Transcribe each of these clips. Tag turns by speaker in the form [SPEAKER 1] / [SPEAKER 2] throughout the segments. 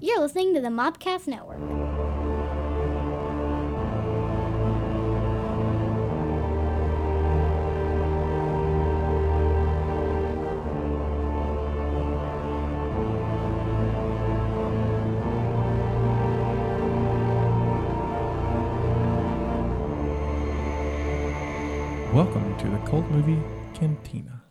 [SPEAKER 1] You're listening to the Mobcast Network.
[SPEAKER 2] Welcome to the Cult Movie Cantina.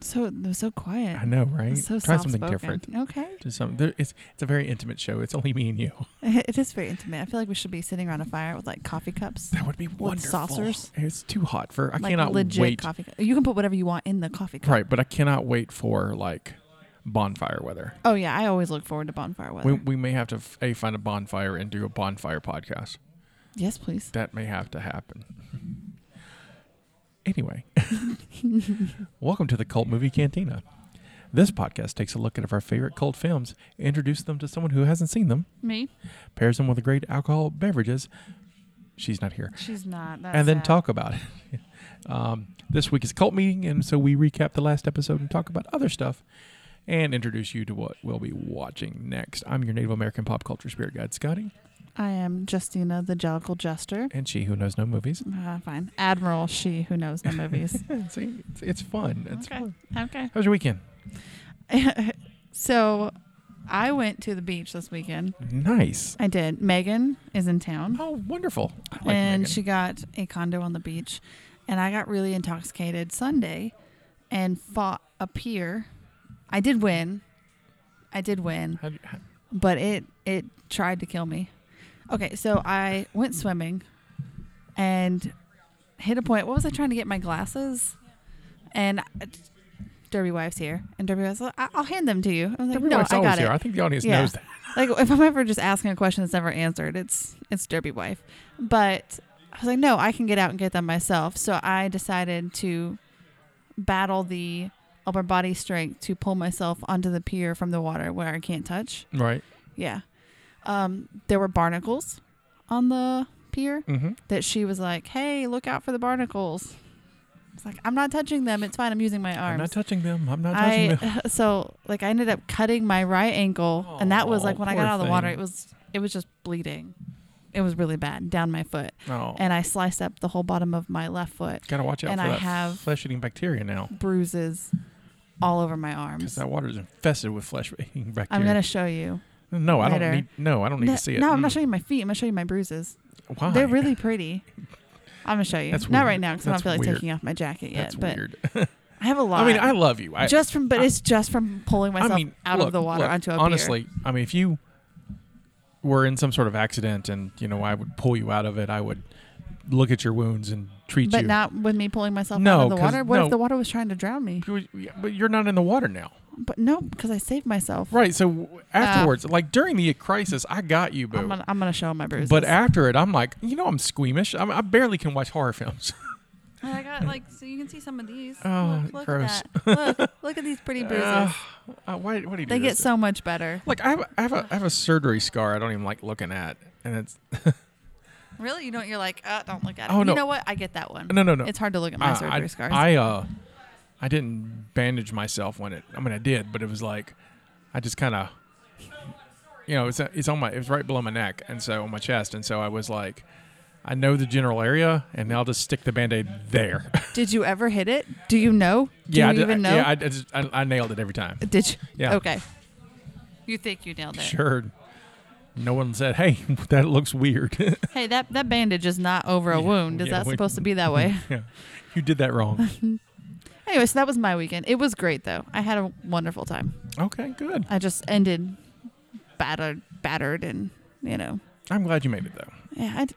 [SPEAKER 3] So it was so quiet.
[SPEAKER 2] I know, right?
[SPEAKER 3] So
[SPEAKER 2] Try something
[SPEAKER 3] soft-spoken.
[SPEAKER 2] different.
[SPEAKER 3] Okay.
[SPEAKER 2] Just some, there, it's it's a very intimate show. It's only me and you.
[SPEAKER 3] It is very intimate. I feel like we should be sitting around a fire with like coffee cups.
[SPEAKER 2] That would be wonderful.
[SPEAKER 3] saucers?
[SPEAKER 2] It's too hot for. I
[SPEAKER 3] like
[SPEAKER 2] cannot
[SPEAKER 3] legit
[SPEAKER 2] wait.
[SPEAKER 3] coffee cup. You can put whatever you want in the coffee cup.
[SPEAKER 2] Right, but I cannot wait for like bonfire weather.
[SPEAKER 3] Oh yeah, I always look forward to bonfire weather.
[SPEAKER 2] We, we may have to f- a find a bonfire and do a bonfire podcast.
[SPEAKER 3] yes, please.
[SPEAKER 2] That may have to happen. Anyway, welcome to the Cult Movie Cantina. This podcast takes a look at our favorite cult films, introduces them to someone who hasn't seen them,
[SPEAKER 3] Me?
[SPEAKER 2] pairs them with great alcohol beverages. She's not here.
[SPEAKER 3] She's not. That's
[SPEAKER 2] and then
[SPEAKER 3] sad.
[SPEAKER 2] talk about it. um, this week is cult meeting, and so we recap the last episode and talk about other stuff and introduce you to what we'll be watching next. I'm your Native American pop culture spirit guide, Scotty,
[SPEAKER 3] I am Justina, the Jellicle Jester.
[SPEAKER 2] and she who knows no movies.
[SPEAKER 3] Ah, fine. Admiral, she who knows the movies.
[SPEAKER 2] See, it's, it's fun. It's
[SPEAKER 3] Okay.
[SPEAKER 2] fun.
[SPEAKER 3] okay.
[SPEAKER 2] How was your weekend?
[SPEAKER 3] so, I went to the beach this weekend.
[SPEAKER 2] Nice.
[SPEAKER 3] I did. Megan is in town.
[SPEAKER 2] Oh, wonderful. I like
[SPEAKER 3] and
[SPEAKER 2] Megan.
[SPEAKER 3] she got a condo on the beach and i got really intoxicated sunday and fought a pier i did win i did win
[SPEAKER 2] How do you- how-
[SPEAKER 3] but it it tried to kill me okay so i went swimming and hit a point what was i trying to get my glasses and I- derby wives here and derby wives like, "I- i'll hand them to you i was like
[SPEAKER 2] Every
[SPEAKER 3] no
[SPEAKER 2] wife's
[SPEAKER 3] i
[SPEAKER 2] always
[SPEAKER 3] got it
[SPEAKER 2] here. I think the audience
[SPEAKER 3] Yeah.
[SPEAKER 2] knows that.
[SPEAKER 3] like if I'm ever just asking a question that's never answered, it's it's Derby Wife. But I was like, no, I can get out and get them myself. So I decided to battle the upper body strength to pull myself onto the pier from the water where I can't touch.
[SPEAKER 2] Right.
[SPEAKER 3] Yeah. Um, there were barnacles on the pier
[SPEAKER 2] Mm-hmm.
[SPEAKER 3] that she was like, Hey, look out for the barnacles. It's like, I'm not touching them, it's fine, I'm using my arms.
[SPEAKER 2] I'm not touching them. I'm not touching them.
[SPEAKER 3] I so like I ended up cutting my right ankle, and that was
[SPEAKER 2] Aw,
[SPEAKER 3] like when I
[SPEAKER 2] Oh, poor
[SPEAKER 3] got out of the water,
[SPEAKER 2] thing.
[SPEAKER 3] it was it was just bleeding. It was really bad down my foot,
[SPEAKER 2] Oh,
[SPEAKER 3] and I sliced up the whole bottom of my left foot,
[SPEAKER 2] gotta watch out
[SPEAKER 3] and
[SPEAKER 2] for
[SPEAKER 3] I
[SPEAKER 2] that
[SPEAKER 3] have-
[SPEAKER 2] flesh-eating bacteria now,
[SPEAKER 3] bruises all over my
[SPEAKER 2] because
[SPEAKER 3] arms.
[SPEAKER 2] that water is infested with flesh-eating bacteria.
[SPEAKER 3] I'm gonna show you.
[SPEAKER 2] No, I don't
[SPEAKER 3] later.
[SPEAKER 2] need. No, I don't need
[SPEAKER 3] No,
[SPEAKER 2] to see it.
[SPEAKER 3] no, I'm not
[SPEAKER 2] Mm.
[SPEAKER 3] showing you my feet. I'm gonna show you my bruises.
[SPEAKER 2] Why?
[SPEAKER 3] They're really pretty. I'm gonna show you.
[SPEAKER 2] That's
[SPEAKER 3] Not
[SPEAKER 2] weird.
[SPEAKER 3] right now because I don't
[SPEAKER 2] That's
[SPEAKER 3] feel like
[SPEAKER 2] weird.
[SPEAKER 3] taking off my jacket
[SPEAKER 2] That's
[SPEAKER 3] yet. but
[SPEAKER 2] weird.
[SPEAKER 3] I have a lot.
[SPEAKER 2] I mean, I love you. I
[SPEAKER 3] just from, but
[SPEAKER 2] I-
[SPEAKER 3] it's just from pulling myself
[SPEAKER 2] I mean,
[SPEAKER 3] out
[SPEAKER 2] look-
[SPEAKER 3] of the water
[SPEAKER 2] look,
[SPEAKER 3] onto a pier.
[SPEAKER 2] honestly. I mean, if you were in some sort of accident, and you know, I would pull you out of it. I would look at your wounds and treat
[SPEAKER 3] But
[SPEAKER 2] you.
[SPEAKER 3] not with me pulling myself
[SPEAKER 2] No,
[SPEAKER 3] out of the
[SPEAKER 2] 'cause-
[SPEAKER 3] water. What
[SPEAKER 2] no.
[SPEAKER 3] if the water was trying to drown me?
[SPEAKER 2] You- yeah, but you're not in the water now,
[SPEAKER 3] But no, because I saved myself.
[SPEAKER 2] right? So afterwards, like during the crisis, I got you,
[SPEAKER 3] Uh, I'm
[SPEAKER 2] boo.
[SPEAKER 3] gonna, I'm gonna show my bruises.
[SPEAKER 2] But after it, I'm like, you know, I'm squeamish. I'm, I barely can watch horror films.
[SPEAKER 3] Oh, I got like so you can see some of these.
[SPEAKER 2] Oh, Look- look at gross.
[SPEAKER 3] At look, look at these pretty bruises.
[SPEAKER 2] Uh, uh, why, what do you do
[SPEAKER 3] they
[SPEAKER 2] this
[SPEAKER 3] get
[SPEAKER 2] to?
[SPEAKER 3] so much better.
[SPEAKER 2] Look, I have, I have a, I have a surgery scar. I don't even like looking at, and it's
[SPEAKER 3] Really, you don't. You're like, uh, don't look at it.
[SPEAKER 2] Oh, no.
[SPEAKER 3] You know what? I get that one.
[SPEAKER 2] no, no, no.
[SPEAKER 3] It's hard to look at my
[SPEAKER 2] I-
[SPEAKER 3] surgery
[SPEAKER 2] I,
[SPEAKER 3] scars.
[SPEAKER 2] I uh, I didn't bandage myself when it. I mean, I did, but it was like, I just kind of, you know, it's it's on my, it was right below my neck, and so on my chest, and so I was like, I know the general area, and now I'll just stick the band aid there.
[SPEAKER 3] did you ever hit it? Do you know? Do
[SPEAKER 2] yeah, I
[SPEAKER 3] you
[SPEAKER 2] did-
[SPEAKER 3] even
[SPEAKER 2] I-
[SPEAKER 3] know?
[SPEAKER 2] Yeah, I, I, just, I, I nailed it every time.
[SPEAKER 3] did you?
[SPEAKER 2] Yeah.
[SPEAKER 3] Okay. You think you nailed it?
[SPEAKER 2] Sure. No one said, "Hey, that looks weird."
[SPEAKER 3] Hey, that that bandage is not over a wound. Is
[SPEAKER 2] yeah,
[SPEAKER 3] that
[SPEAKER 2] we-
[SPEAKER 3] supposed to be that way?
[SPEAKER 2] yeah, you did that wrong.
[SPEAKER 3] anyway, so that was my weekend. It was great though. I had a wonderful time.
[SPEAKER 2] Okay, good.
[SPEAKER 3] I just ended battered, battered, and you know,
[SPEAKER 2] I'm glad you made it though.
[SPEAKER 3] yeah, I, d-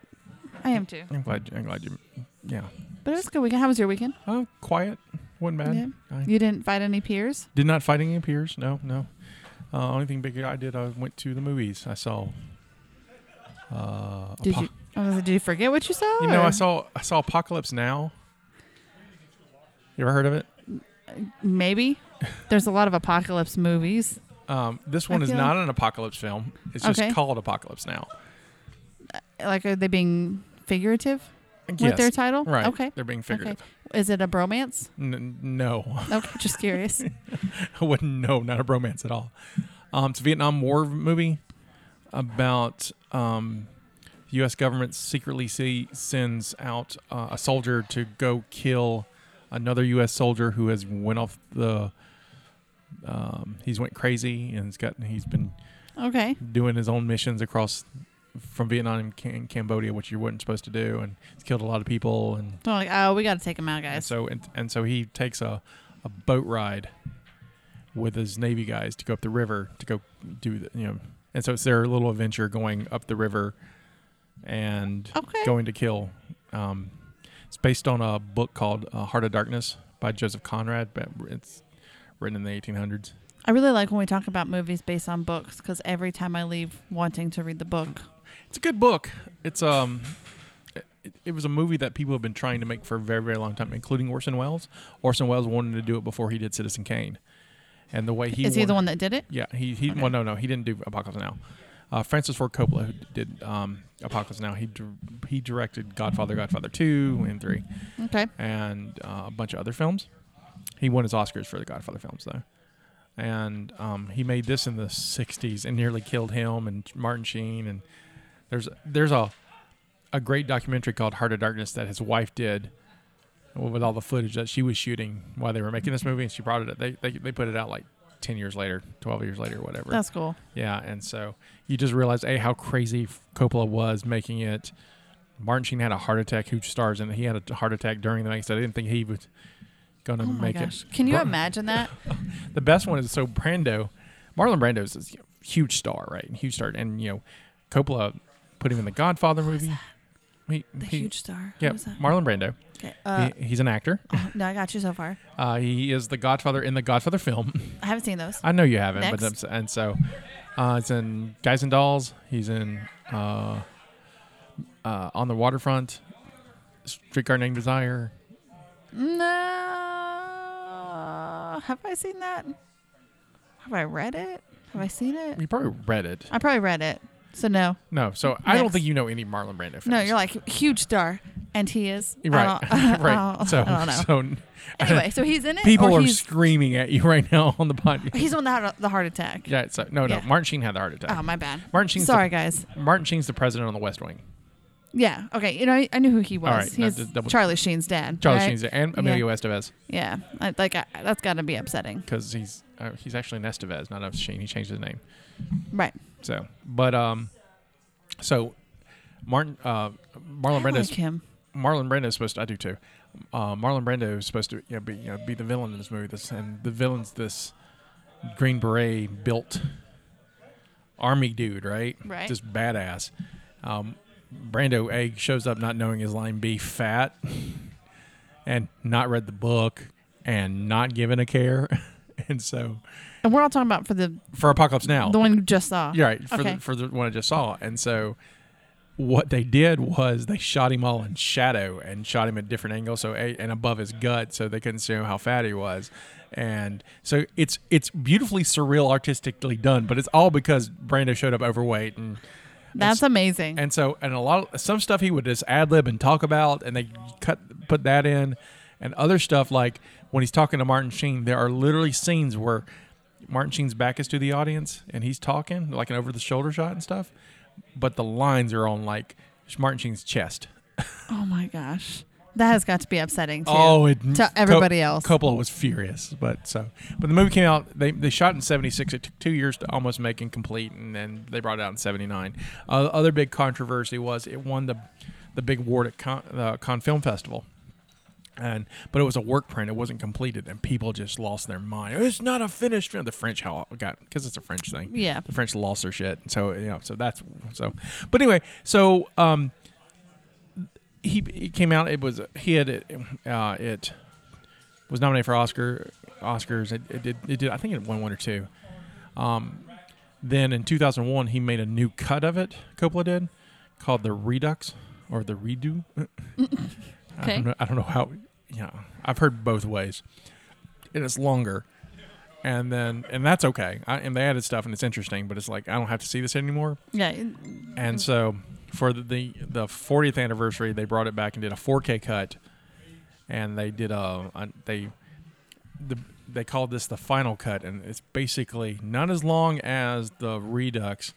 [SPEAKER 3] I am too.
[SPEAKER 2] I'm glad. I'm glad you. Yeah.
[SPEAKER 3] But it was a good weekend. How was your weekend?
[SPEAKER 2] Uh, quiet. Wasn't bad.
[SPEAKER 3] Yeah.
[SPEAKER 2] I
[SPEAKER 3] You didn't fight any peers.
[SPEAKER 2] did not fight any peers. No, no. Uh, only thing big I did, I went to the movies. I saw. Uh,
[SPEAKER 3] Did
[SPEAKER 2] Apo-
[SPEAKER 3] you? Oh. I was like, did you forget what you saw?
[SPEAKER 2] You know, I
[SPEAKER 3] or-
[SPEAKER 2] saw I saw Apocalypse Now. You ever heard of it?
[SPEAKER 3] Maybe. There's a lot of apocalypse movies.
[SPEAKER 2] Um, this one
[SPEAKER 3] I
[SPEAKER 2] is
[SPEAKER 3] feel-
[SPEAKER 2] not an apocalypse film. It's just
[SPEAKER 3] Okay.
[SPEAKER 2] called Apocalypse Now.
[SPEAKER 3] Like, are they being figurative with
[SPEAKER 2] Yes.
[SPEAKER 3] their title?
[SPEAKER 2] right.
[SPEAKER 3] Okay.
[SPEAKER 2] They're being figurative.
[SPEAKER 3] Is it a bromance?
[SPEAKER 2] N- no,
[SPEAKER 3] Okay, just curious.
[SPEAKER 2] I wouldn't. No, not a bromance at all. Um, it's a Vietnam War movie about um, U.S. government secretly see, sends out uh, a soldier to go kill another U.S. soldier who has went off the. Um, he's went crazy and he's got he's been
[SPEAKER 3] Okay.
[SPEAKER 2] doing his own missions across from Vietnam and Cam- Cambodia, which you weren't supposed to do, and he's killed a lot of people and
[SPEAKER 3] So I'm like, oh, we got to take him out,
[SPEAKER 2] and
[SPEAKER 3] guys.
[SPEAKER 2] so and, and so he takes a, a boat ride with his navy guys to go up the river to go do the, you know and so it's their little adventure going up the river and
[SPEAKER 3] Okay.
[SPEAKER 2] going to kill um, it's based on a book called uh, heart of darkness by joseph conrad but it's written in the 1800s
[SPEAKER 3] I really like when we talk about movies based on books because every time I leave wanting to read the book.
[SPEAKER 2] it's a good book it's um it, it was a movie that people have been trying to make for a very very long time including orson welles orson welles wanted to do it before he did citizen kane and the way he
[SPEAKER 3] Is he the
[SPEAKER 2] wanted-
[SPEAKER 3] one that did it?
[SPEAKER 2] Yeah, he he.
[SPEAKER 3] Okay.
[SPEAKER 2] Well, no, no, he didn't do Apocalypse Now. Uh, Francis Ford Coppola who did um, Apocalypse Now. He dir- he directed Godfather, Godfather two and three,
[SPEAKER 3] Okay.
[SPEAKER 2] and uh, a bunch of other films. He won his Oscars for the Godfather films though, and um, he made this in the '60s and nearly killed him and Martin Sheen and there's there's a a great documentary called Heart of Darkness that his wife did with all the footage that she was shooting while they were making this movie and she brought it up. They they, they put it out like 10 years later, 12 years later, whatever.
[SPEAKER 3] That's cool.
[SPEAKER 2] Yeah, and so you just realize a how crazy Coppola was making it. Martin Sheen had a heart attack. Who stars in it? He had a heart attack during the make, so I didn't think he was going to
[SPEAKER 3] Oh my
[SPEAKER 2] make
[SPEAKER 3] gosh.
[SPEAKER 2] it.
[SPEAKER 3] Can you
[SPEAKER 2] Bra-
[SPEAKER 3] imagine that?
[SPEAKER 2] The best one is so Brando, Marlon Brando is this huge star, right? Huge star, and you know, Coppola put him in the Godfather movie. He-
[SPEAKER 3] The
[SPEAKER 2] he-
[SPEAKER 3] huge star. Who
[SPEAKER 2] Yeah,
[SPEAKER 3] was that?
[SPEAKER 2] Marlon Brando.
[SPEAKER 3] Okay. Uh,
[SPEAKER 2] he, he's an actor.
[SPEAKER 3] oh, no, I got you so far.
[SPEAKER 2] Uh, he is the Godfather in the Godfather film.
[SPEAKER 3] I haven't seen those.
[SPEAKER 2] I know you haven't, but
[SPEAKER 3] Next.
[SPEAKER 2] that's, and so uh, it's in Guys and Dolls. He's in uh, uh, On the Waterfront, Streetcar Named Desire.
[SPEAKER 3] No. Have I seen that? Have I read it? Have I seen it?
[SPEAKER 2] You probably read it.
[SPEAKER 3] I probably read it. So no.
[SPEAKER 2] No, so I don't
[SPEAKER 3] Next.
[SPEAKER 2] think you know any Marlon Brando films.
[SPEAKER 3] No, you're like huge star, and he is I
[SPEAKER 2] right,
[SPEAKER 3] don't- I
[SPEAKER 2] right.
[SPEAKER 3] don't-
[SPEAKER 2] so,
[SPEAKER 3] I don't know.
[SPEAKER 2] so
[SPEAKER 3] anyway, so he's in it.
[SPEAKER 2] people
[SPEAKER 3] or
[SPEAKER 2] are
[SPEAKER 3] he's,
[SPEAKER 2] screaming at you right now on the podcast.
[SPEAKER 3] he's on the the heart attack.
[SPEAKER 2] yeah, so no, no.
[SPEAKER 3] Yeah.
[SPEAKER 2] Martin Sheen had the heart attack.
[SPEAKER 3] Oh my bad.
[SPEAKER 2] Martin Sheen's
[SPEAKER 3] Sorry guys.
[SPEAKER 2] The, Martin Sheen's the president on the West Wing.
[SPEAKER 3] Yeah. Okay. You know I, I knew who he was.
[SPEAKER 2] right, no,
[SPEAKER 3] he's
[SPEAKER 2] just double-
[SPEAKER 3] Charlie Sheen's dad.
[SPEAKER 2] Charlie
[SPEAKER 3] right?
[SPEAKER 2] Sheen's there, and Emilio Estevez
[SPEAKER 3] Yeah. I, like I, that's got to be upsetting.
[SPEAKER 2] because he's uh, he's actually an Estevez, not a Sheen. He changed his name.
[SPEAKER 3] Right.
[SPEAKER 2] So, but um, so Martin uh, Marlon
[SPEAKER 3] I like
[SPEAKER 2] Brando's
[SPEAKER 3] him.
[SPEAKER 2] Marlon Brando's supposed to. I do too. Uh, Marlon Brando is supposed to you know, be you know, be the villain in this movie. This and the villain's this green beret built army dude, right?
[SPEAKER 3] Right.
[SPEAKER 2] Just badass. Um, Brando Egg shows up not knowing his line B fat, and not read the book, and not given a care, and so
[SPEAKER 3] And we're all talking about for the
[SPEAKER 2] for Apocalypse Now,
[SPEAKER 3] the one you just saw.
[SPEAKER 2] yeah, right. For,
[SPEAKER 3] Okay.
[SPEAKER 2] the, for the one I just saw. And so what they did was they shot him all in shadow and shot him at different angles so a- and above his gut so they couldn't see how fat he was. And so it's it's beautifully surreal artistically done, but it's all because Brando showed up overweight and
[SPEAKER 3] That's amazing.
[SPEAKER 2] and so and a lot of some stuff he would just ad lib and talk about and they cut put that in and other stuff like when he's talking to Martin Sheen, there are literally scenes where Martin Sheen's back is to the audience and he's talking, like an over the shoulder shot and stuff. But the lines are on like Martin Sheen's chest.
[SPEAKER 3] oh my gosh. That has got to be upsetting too.
[SPEAKER 2] Oh, it,
[SPEAKER 3] to everybody else.
[SPEAKER 2] Coppola was furious, but so but the movie came out. They, they shot in '76. It took two years to almost make and complete, and then they brought it out in '79. Uh, the other big controversy was it won the the big award at Con, uh, Con Film Festival, and but it was a work print. It wasn't completed, and people just lost their mind. It's not a finished film. The French how got because it's a French thing
[SPEAKER 3] Yeah.
[SPEAKER 2] the French lost their shit. So you know, so that's so. But anyway, so um, he, he came out. It was he had it. Uh, it was nominated for Oscar Oscars. It, it did. It did. I think it won one or two. Um, then in 2001, he made a new cut of it. Coppola did called the Redux or the Redo. I
[SPEAKER 3] Okay.
[SPEAKER 2] don't know. I don't know how. Yeah, I've heard both ways. And it's longer and then and that's okay. I, and they added stuff, and it's interesting, but it's like I don't have to see this anymore.
[SPEAKER 3] Yeah. Mm-hmm.
[SPEAKER 2] And so for the the, the 40th anniversary, they brought it back and did a 4K cut, and they did a, a they the they called this the final cut, and it's basically not as long as the redux,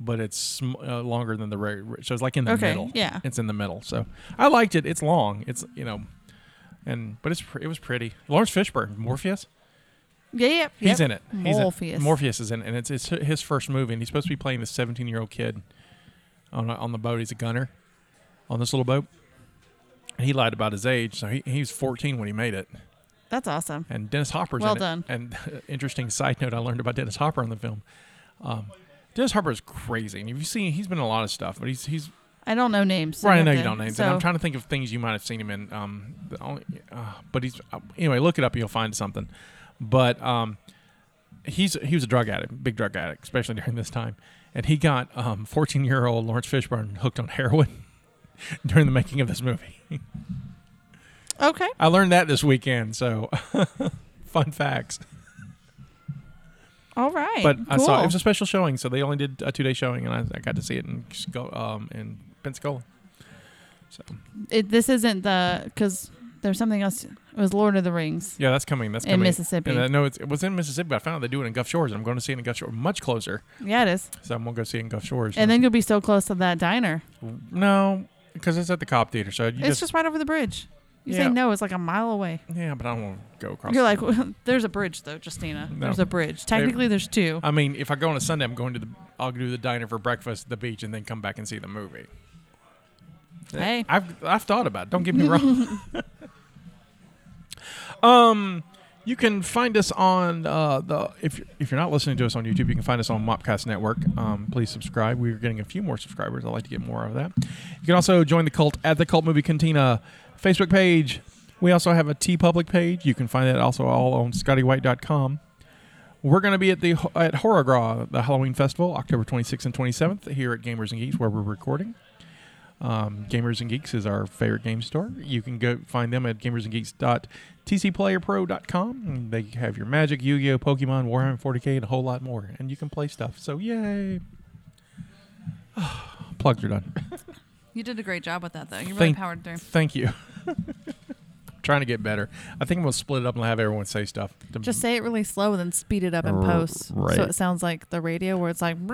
[SPEAKER 2] but it's sm- uh, longer than the regular. So it's like in the
[SPEAKER 3] Okay,
[SPEAKER 2] middle.
[SPEAKER 3] yeah.
[SPEAKER 2] it's in the middle. So I liked it. It's long. It's you know, and but it's pr- it was pretty. Lawrence Fishburne, Morpheus,
[SPEAKER 3] Yeah, yeah.
[SPEAKER 2] he's
[SPEAKER 3] yep.
[SPEAKER 2] in it. He's in-
[SPEAKER 3] Morpheus.
[SPEAKER 2] Morpheus is in, it, and it's it's his first movie, and he's supposed to be playing this 17 year old kid on a, on the boat. He's a gunner on this little boat. And he lied about his age, so he, he was 14 when he made it
[SPEAKER 3] That's awesome.
[SPEAKER 2] and Dennis Hopper's
[SPEAKER 3] Well
[SPEAKER 2] in it.
[SPEAKER 3] done.
[SPEAKER 2] And interesting side note I learned about Dennis Hopper on the film. Um, Dennis Hopper is crazy, and you've seen he's been in a lot of stuff, but he's he's
[SPEAKER 3] I don't know names. so
[SPEAKER 2] right. I
[SPEAKER 3] have
[SPEAKER 2] know you
[SPEAKER 3] to-
[SPEAKER 2] don't name,
[SPEAKER 3] So,
[SPEAKER 2] and I'm trying to think of things you might have seen him in. Um, the only, uh, but he's uh, anyway, look it up, and you'll find something. But um, he's he was a drug addict, big drug addict, especially during this time, and he got um 14 year old Lawrence Fishburne hooked on heroin during the making of this movie.
[SPEAKER 3] Okay.
[SPEAKER 2] I learned that this weekend, so fun facts.
[SPEAKER 3] All right.
[SPEAKER 2] But I saw it
[SPEAKER 3] cool.
[SPEAKER 2] was a special showing, so they only did a two day showing, and I, I got to see it in Sco- um in Pensacola. So
[SPEAKER 3] It- this isn't the because there's something else. It was Lord of the Rings
[SPEAKER 2] yeah, that's coming. That's
[SPEAKER 3] in
[SPEAKER 2] coming.
[SPEAKER 3] Mississippi.
[SPEAKER 2] And I know it's, it was in Mississippi. but I found out they do it in Gulf Shores, and I'm going to see it in Gulf Shores, much closer.
[SPEAKER 3] yeah, it is.
[SPEAKER 2] So I'm gonna go see it in Gulf Shores.
[SPEAKER 3] And then you'll be so close to that diner.
[SPEAKER 2] no, because it's at the Cobb Theater, so you
[SPEAKER 3] it's
[SPEAKER 2] just,
[SPEAKER 3] just right over the bridge. You
[SPEAKER 2] Yeah.
[SPEAKER 3] say no, it's like a mile away.
[SPEAKER 2] yeah. But I don't want to go across.
[SPEAKER 3] You're like, "Well, there's a bridge though, Justina.
[SPEAKER 2] No. Uh,
[SPEAKER 3] There's a bridge. Technically, there's two.
[SPEAKER 2] I mean, if I go on a Sunday, I'm going to the I'll do the diner for breakfast, the beach, and then come back and see the movie.
[SPEAKER 3] Hey.
[SPEAKER 2] I've I've thought about. it. Don't get me wrong. um, you can find us on uh, the if you're, if you're not listening to us on YouTube, you can find us on Mopcast Network. Um, please subscribe. We're getting a few more subscribers. I'd like to get more of that. You can also join the cult at the Cult Movie Cantina Facebook page. We also have a T Public page. You can find that also all on ScottyWhite.com. We're going to be at the at Horrorgra, the Halloween Festival, October 26th and 27th here at Gamers and Geeks, where we're recording. Um, Gamers and Geeks is our favorite game store. You can go find them at gamersandgeeks.tcplayerpro.com. And They have your Magic, Yu-Gi-Oh, Pokemon, Warhammer 40K, and a whole lot more. And you can play stuff. So yay! Plugs are done.
[SPEAKER 3] You did a great job with that though. You really
[SPEAKER 2] Thank-
[SPEAKER 3] powered through.
[SPEAKER 2] Thank you. Trying to get better. I think I'm gonna split it up and have everyone say stuff. to-
[SPEAKER 3] Just say it really slow and then speed it up
[SPEAKER 2] R-
[SPEAKER 3] in post,
[SPEAKER 2] right.
[SPEAKER 3] so it sounds like the radio where it's like.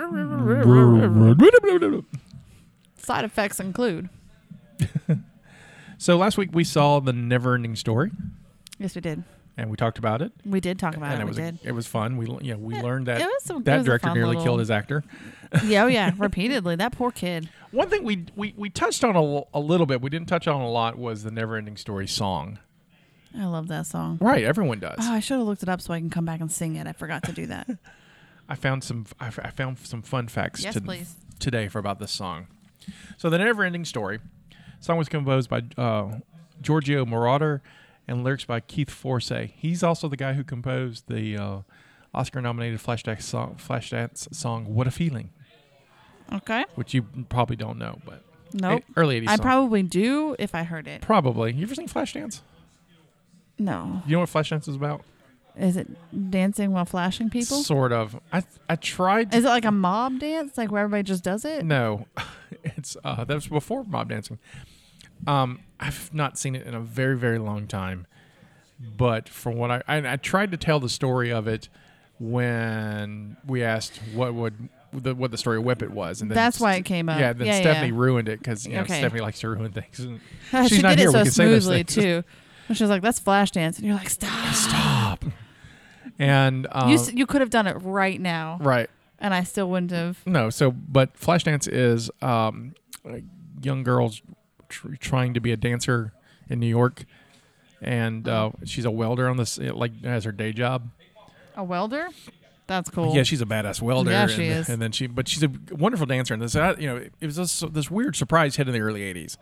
[SPEAKER 3] Side effects include.
[SPEAKER 2] so last week we saw the Neverending Story,
[SPEAKER 3] Yes, we did.
[SPEAKER 2] and we talked about it.
[SPEAKER 3] We did talk about
[SPEAKER 2] and
[SPEAKER 3] it.
[SPEAKER 2] it
[SPEAKER 3] We
[SPEAKER 2] was
[SPEAKER 3] did.
[SPEAKER 2] it was fun. We l- yeah we
[SPEAKER 3] It-
[SPEAKER 2] learned that
[SPEAKER 3] it was some,
[SPEAKER 2] that director nearly killed his actor.
[SPEAKER 3] yeah, oh, yeah, repeatedly. That poor kid.
[SPEAKER 2] One thing we we, we touched on a, l- a little bit, we didn't touch on a lot, was the Never Ending Story song.
[SPEAKER 3] I love that song.
[SPEAKER 2] Right, everyone does.
[SPEAKER 3] Oh, I should have looked it up so I can come back and sing it. I forgot to do that.
[SPEAKER 2] I found some I, f- I found some fun facts
[SPEAKER 3] Yes,
[SPEAKER 2] to-
[SPEAKER 3] please.
[SPEAKER 2] today for about this song. So the Never Ending Story song was composed by uh, Giorgio Moroder and lyrics by Keith Forsey. He's also the guy who composed the uh, Oscar-nominated Flashdance song, Flashdance song "What a Feeling,"
[SPEAKER 3] Okay.
[SPEAKER 2] which you probably don't know, but
[SPEAKER 3] Nope.
[SPEAKER 2] eh, early '80s.
[SPEAKER 3] I
[SPEAKER 2] song.
[SPEAKER 3] probably do if I heard it.
[SPEAKER 2] probably you ever seen Flashdance?
[SPEAKER 3] No.
[SPEAKER 2] You know what Flashdance is about?
[SPEAKER 3] Is it dancing while flashing people?
[SPEAKER 2] Sort of. I I tried. To,
[SPEAKER 3] Is it like a mob dance, like where everybody just does it?
[SPEAKER 2] no, it's uh, that was before mob dancing. Um, I've not seen it in a very very long time, but from what I I, I tried to tell the story of it when we asked what would the, what the story of Whip it was, and then
[SPEAKER 3] That's why it
[SPEAKER 2] Ste-
[SPEAKER 3] came up.
[SPEAKER 2] Yeah, then
[SPEAKER 3] Yeah, yeah,
[SPEAKER 2] Stephanie
[SPEAKER 3] yeah.
[SPEAKER 2] ruined it because you know
[SPEAKER 3] Okay.
[SPEAKER 2] Stephanie likes to ruin things. and
[SPEAKER 3] she
[SPEAKER 2] She's
[SPEAKER 3] did
[SPEAKER 2] not
[SPEAKER 3] it
[SPEAKER 2] here, we
[SPEAKER 3] so
[SPEAKER 2] can say those
[SPEAKER 3] smoothly
[SPEAKER 2] things.
[SPEAKER 3] too. And she was like, "That's flash dance," and you're like, "Stop!"
[SPEAKER 2] Stop. And um,
[SPEAKER 3] you s- you could have done it right now,
[SPEAKER 2] right.
[SPEAKER 3] and I still wouldn't have.
[SPEAKER 2] No, so but Flashdance is um, like young girls tr- trying to be a dancer in New York, and uh, she's a welder on this like as her day job.
[SPEAKER 3] A welder? That's cool.
[SPEAKER 2] Yeah, she's a badass welder.
[SPEAKER 3] Yeah,
[SPEAKER 2] and,
[SPEAKER 3] she is.
[SPEAKER 2] And then she, but she's a wonderful dancer. And this, uh, you know, it was this, this weird surprise hit in the early '80s,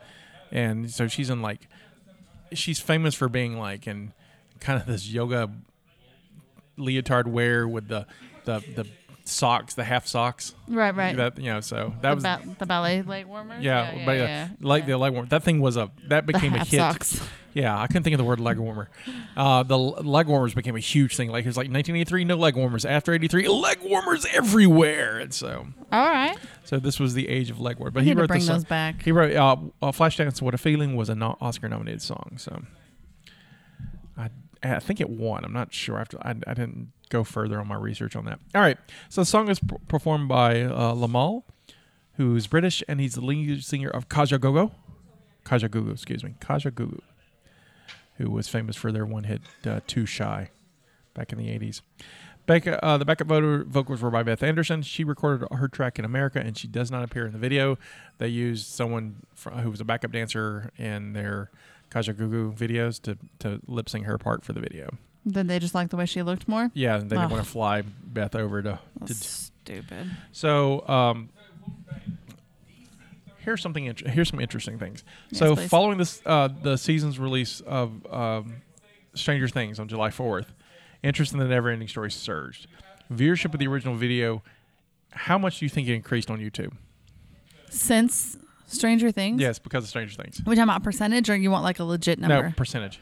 [SPEAKER 2] and so she's in like, she's famous for being like in kind of this yoga leotard wear with the the the socks, the half socks.
[SPEAKER 3] right, right.
[SPEAKER 2] That you know, so that
[SPEAKER 3] the,
[SPEAKER 2] was
[SPEAKER 3] ba- the ballet leg warmers.
[SPEAKER 2] Yeah,
[SPEAKER 3] yeah,
[SPEAKER 2] but uh,
[SPEAKER 3] yeah,
[SPEAKER 2] like
[SPEAKER 3] yeah.
[SPEAKER 2] the leg warmer. That thing was a that became a
[SPEAKER 3] half
[SPEAKER 2] hit.
[SPEAKER 3] socks.
[SPEAKER 2] Yeah, I couldn't think of the word leg warmer. Uh, the l- leg warmers became a huge thing. Like it was like 1983, no leg warmers. After 83, leg warmers everywhere. And so,
[SPEAKER 3] All right.
[SPEAKER 2] so this was the age of leg warmer. But
[SPEAKER 3] I
[SPEAKER 2] he
[SPEAKER 3] need to
[SPEAKER 2] wrote
[SPEAKER 3] bring
[SPEAKER 2] the
[SPEAKER 3] those
[SPEAKER 2] song.
[SPEAKER 3] back.
[SPEAKER 2] He wrote uh, uh, "Flashdance." What a feeling was an Oscar-nominated song. So, I I think it won. I'm not sure. After I, I didn't go further on my research on that. All right. So the song is p- performed by uh, Lamal, who's British, and he's the lead singer of Kajagogo. Kajagogo, excuse me. Kajagogo, who was famous for their one hit, uh, Too Shy, back in the 80s. Becca, uh, the backup voter, vocals were by Beth Anderson. She recorded her track in America, and she does not appear in the video. They used someone fr- who was a backup dancer in their Kajagoogoo videos to, to lip sync her part for the video.
[SPEAKER 3] Then they just liked the way she looked more.
[SPEAKER 2] Yeah, they
[SPEAKER 3] Ugh.
[SPEAKER 2] didn't want to fly Beth over to.
[SPEAKER 3] That's
[SPEAKER 2] to
[SPEAKER 3] stupid.
[SPEAKER 2] so um, here's something. Int- here's some interesting things.
[SPEAKER 3] Yes,
[SPEAKER 2] so
[SPEAKER 3] please.
[SPEAKER 2] following this, uh, the season's release of um, Stranger Things on July 4th, interest in the Neverending Story surged. Viewership of the original video. How much do you think it increased on YouTube?
[SPEAKER 3] Since Stranger Things.
[SPEAKER 2] Yes, because of Stranger Things.
[SPEAKER 3] Are we talking about percentage, or you want like a legit
[SPEAKER 2] No
[SPEAKER 3] number?
[SPEAKER 2] percentage.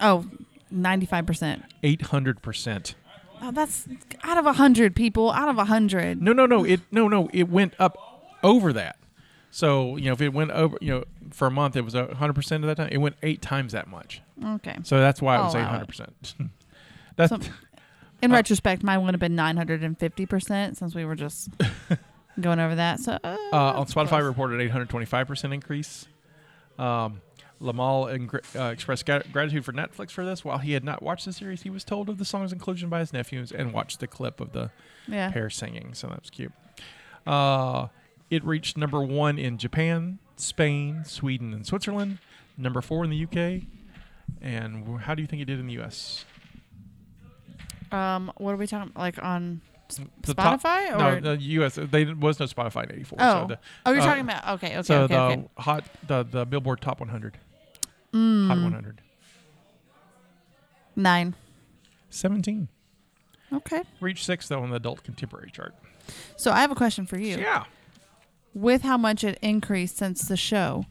[SPEAKER 3] Oh, 95 percent.
[SPEAKER 2] Eight hundred percent.
[SPEAKER 3] Oh, that's out of hundred people. Out of hundred.
[SPEAKER 2] No, no, no. It no, no. It went up over that. So you know, if it went over, you know, for a month it was hundred percent of that time. It went eight times that much.
[SPEAKER 3] Okay.
[SPEAKER 2] So that's why it
[SPEAKER 3] I'll
[SPEAKER 2] was eight
[SPEAKER 3] allow it.
[SPEAKER 2] hundred percent. That's
[SPEAKER 3] Some- In
[SPEAKER 2] Uh,
[SPEAKER 3] retrospect, mine would have been 950 percent since we were just going over that. So uh,
[SPEAKER 2] uh, on Spotify
[SPEAKER 3] close.
[SPEAKER 2] reported eight hundred twenty-five percent increase. Um, Lamal ingr- uh, expressed gra- gratitude for Netflix for this. While he had not watched the series, he was told of the song's inclusion by his nephews and watched the clip of the
[SPEAKER 3] yeah.
[SPEAKER 2] pair singing. So that was cute. Uh, it reached number one in Japan, Spain, Sweden, and Switzerland. Number four in the UK. And wh- how do you think it did in the US?
[SPEAKER 3] Um, what are we talking like on S-
[SPEAKER 2] The top-
[SPEAKER 3] Spotify or?
[SPEAKER 2] no, the US. uh, They didn't- was no Spotify in '84.
[SPEAKER 3] oh,
[SPEAKER 2] So the,
[SPEAKER 3] oh, you're
[SPEAKER 2] uh,
[SPEAKER 3] talking about okay, okay,
[SPEAKER 2] so
[SPEAKER 3] okay,
[SPEAKER 2] the
[SPEAKER 3] okay.
[SPEAKER 2] hot the the Billboard Top 100, Hot
[SPEAKER 3] Mm,
[SPEAKER 2] 100,
[SPEAKER 3] nine.
[SPEAKER 2] 17
[SPEAKER 3] Okay.
[SPEAKER 2] reached six though on the adult contemporary chart.
[SPEAKER 3] So I have a question for you.
[SPEAKER 2] Yeah,
[SPEAKER 3] With how much it increased since the show,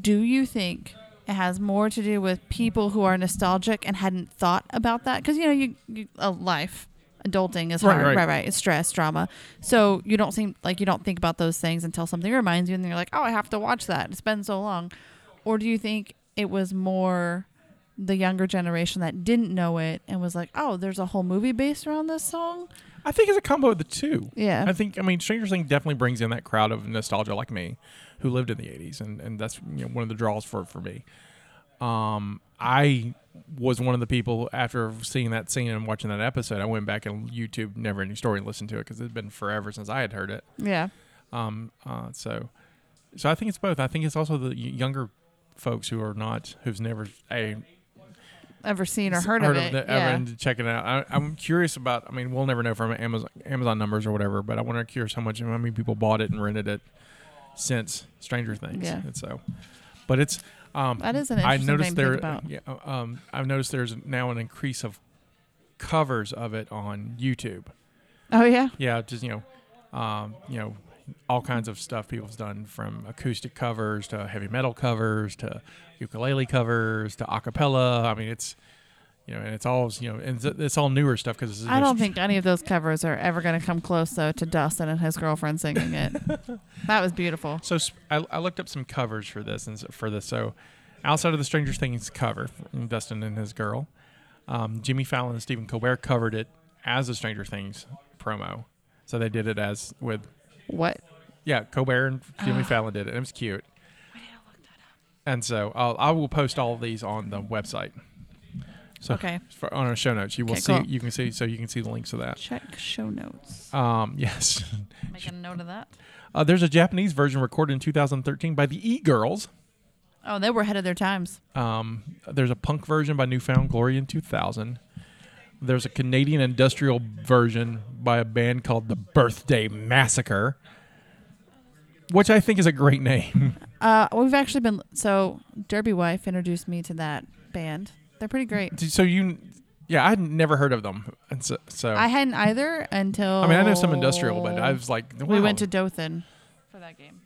[SPEAKER 3] do you think it has more to do with people who are nostalgic and hadn't thought about that? Because you know, you, you a life adulting is
[SPEAKER 2] Right,
[SPEAKER 3] hard,
[SPEAKER 2] right.
[SPEAKER 3] right. right, It's stress, drama. So you don't seem like you don't think about those things until something reminds you, and then you're like, oh, I have to watch that. It's been so long. Or do you think it was more the younger generation that didn't know it and was like, oh, there's a whole movie based around this song?
[SPEAKER 2] I think it's a combo of the two.
[SPEAKER 3] Yeah.
[SPEAKER 2] I think I mean Stranger Things definitely brings in that crowd of nostalgia like me, who lived in the '80s, and and that's you know, one of the draws for for me. Um, I was one of the people after seeing that scene and watching that episode, I went back and YouTube Never Ending Story and listened to it because it's been forever since I had heard it.
[SPEAKER 3] Yeah.
[SPEAKER 2] Um, uh, so, so I think it's both. I think it's also the y- younger folks who are not who's never a
[SPEAKER 3] Ever seen or heard, of it?
[SPEAKER 2] the-
[SPEAKER 3] yeah.
[SPEAKER 2] and checking it out. I, I'm curious about. I mean, we'll never know from Amazon Amazon numbers or whatever, but I wonder curious how much how many people bought it and rented it since Stranger Things.
[SPEAKER 3] Yeah.
[SPEAKER 2] And so, but it's. Um,
[SPEAKER 3] That is an
[SPEAKER 2] I
[SPEAKER 3] interesting
[SPEAKER 2] noticed
[SPEAKER 3] thing to
[SPEAKER 2] there.
[SPEAKER 3] think about.
[SPEAKER 2] Yeah, um, I've noticed there's now an increase of covers of it on YouTube.
[SPEAKER 3] Oh yeah.
[SPEAKER 2] Yeah, just you know, um, you know, all kinds of stuff people's done from acoustic covers to heavy metal covers to ukulele covers to acapella. I mean, it's you know, and it's all you know, and it's, it's all newer stuff because
[SPEAKER 3] I don't think any of those covers are ever going to come close, though, to Dustin and his girlfriend singing it. that was beautiful.
[SPEAKER 2] So sp- I, I looked up some covers for this and s- for this. So outside of the Stranger Things cover, from Dustin and his girl, um, Jimmy Fallon and Stephen Colbert covered it as a Stranger Things promo. So they did it as with
[SPEAKER 3] What?
[SPEAKER 2] Yeah, Colbert and Jimmy Fallon did it. It was cute. And so I'll, I will post all these on the website. So
[SPEAKER 3] Okay.
[SPEAKER 2] for, on our show notes, you will
[SPEAKER 3] Okay,
[SPEAKER 2] see
[SPEAKER 3] cool.
[SPEAKER 2] you can see so you can see the links to that.
[SPEAKER 3] Check show notes.
[SPEAKER 2] Um, yes,
[SPEAKER 3] Make a note of that.
[SPEAKER 2] uh, there's a Japanese version recorded in 2013 by the E Girls.
[SPEAKER 3] Oh, they were ahead of their times.
[SPEAKER 2] Um, there's a punk version by Newfound Glory in 2000. There's a Canadian industrial version by a band called the Birthday Massacre, which I think is a great name.
[SPEAKER 3] Uh, we've actually been so Derby Wife introduced me to that band. They're pretty great.
[SPEAKER 2] So you, yeah, I had never heard of them, and so, so
[SPEAKER 3] I hadn't either until
[SPEAKER 2] Oh. I mean, I know some industrial, but I was like,
[SPEAKER 3] we
[SPEAKER 2] wow.
[SPEAKER 3] went to Dothan for that game.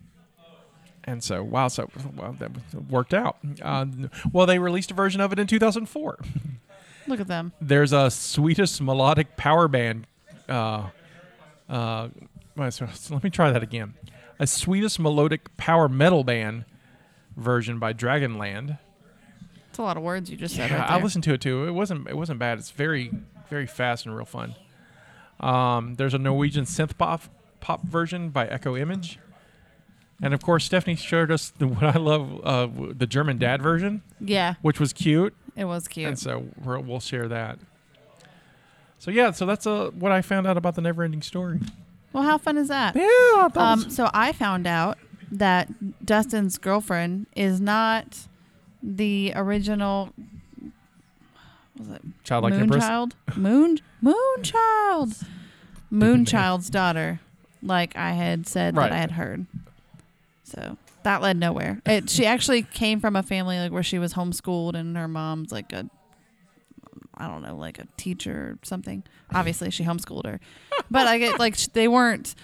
[SPEAKER 2] and so wow, so well, that worked out. Uh, well, they released a version of it in 2004.
[SPEAKER 3] Look at them.
[SPEAKER 2] There's a Swedish melodic power band. Uh, uh, wait, so- so let me try that again. A Swedish melodic power metal band version by Dragonland.
[SPEAKER 3] It's a lot of words you just said.
[SPEAKER 2] Yeah,
[SPEAKER 3] right
[SPEAKER 2] I
[SPEAKER 3] there.
[SPEAKER 2] listened to it too. It wasn't it wasn't bad. It's very very fast and real fun. Um, there's a Norwegian synth pop pop version by Echo Image, and of course Stephanie showed us the, what I love uh, w- the German Dad version,
[SPEAKER 3] Yeah,
[SPEAKER 2] which was cute,
[SPEAKER 3] it was cute.
[SPEAKER 2] and so we're, we'll share that. So yeah, so that's uh, what I found out about the Neverending Story.
[SPEAKER 3] well, how fun is that?
[SPEAKER 2] Yeah, Ah, I thought it
[SPEAKER 3] Um,
[SPEAKER 2] Oh, was-
[SPEAKER 3] so I found out that Dustin's girlfriend is not the original. Was it
[SPEAKER 2] Childlike Empress.
[SPEAKER 3] Moonchild? Moon Moonchild,
[SPEAKER 2] name.
[SPEAKER 3] Moonchild's daughter, like I had said
[SPEAKER 2] Right.
[SPEAKER 3] that I had heard. So that led nowhere. It, she actually came from a family like where she was homeschooled, and her mom's like a, I don't know, like a teacher or something. Obviously, she homeschooled her, but I get like sh- they weren't.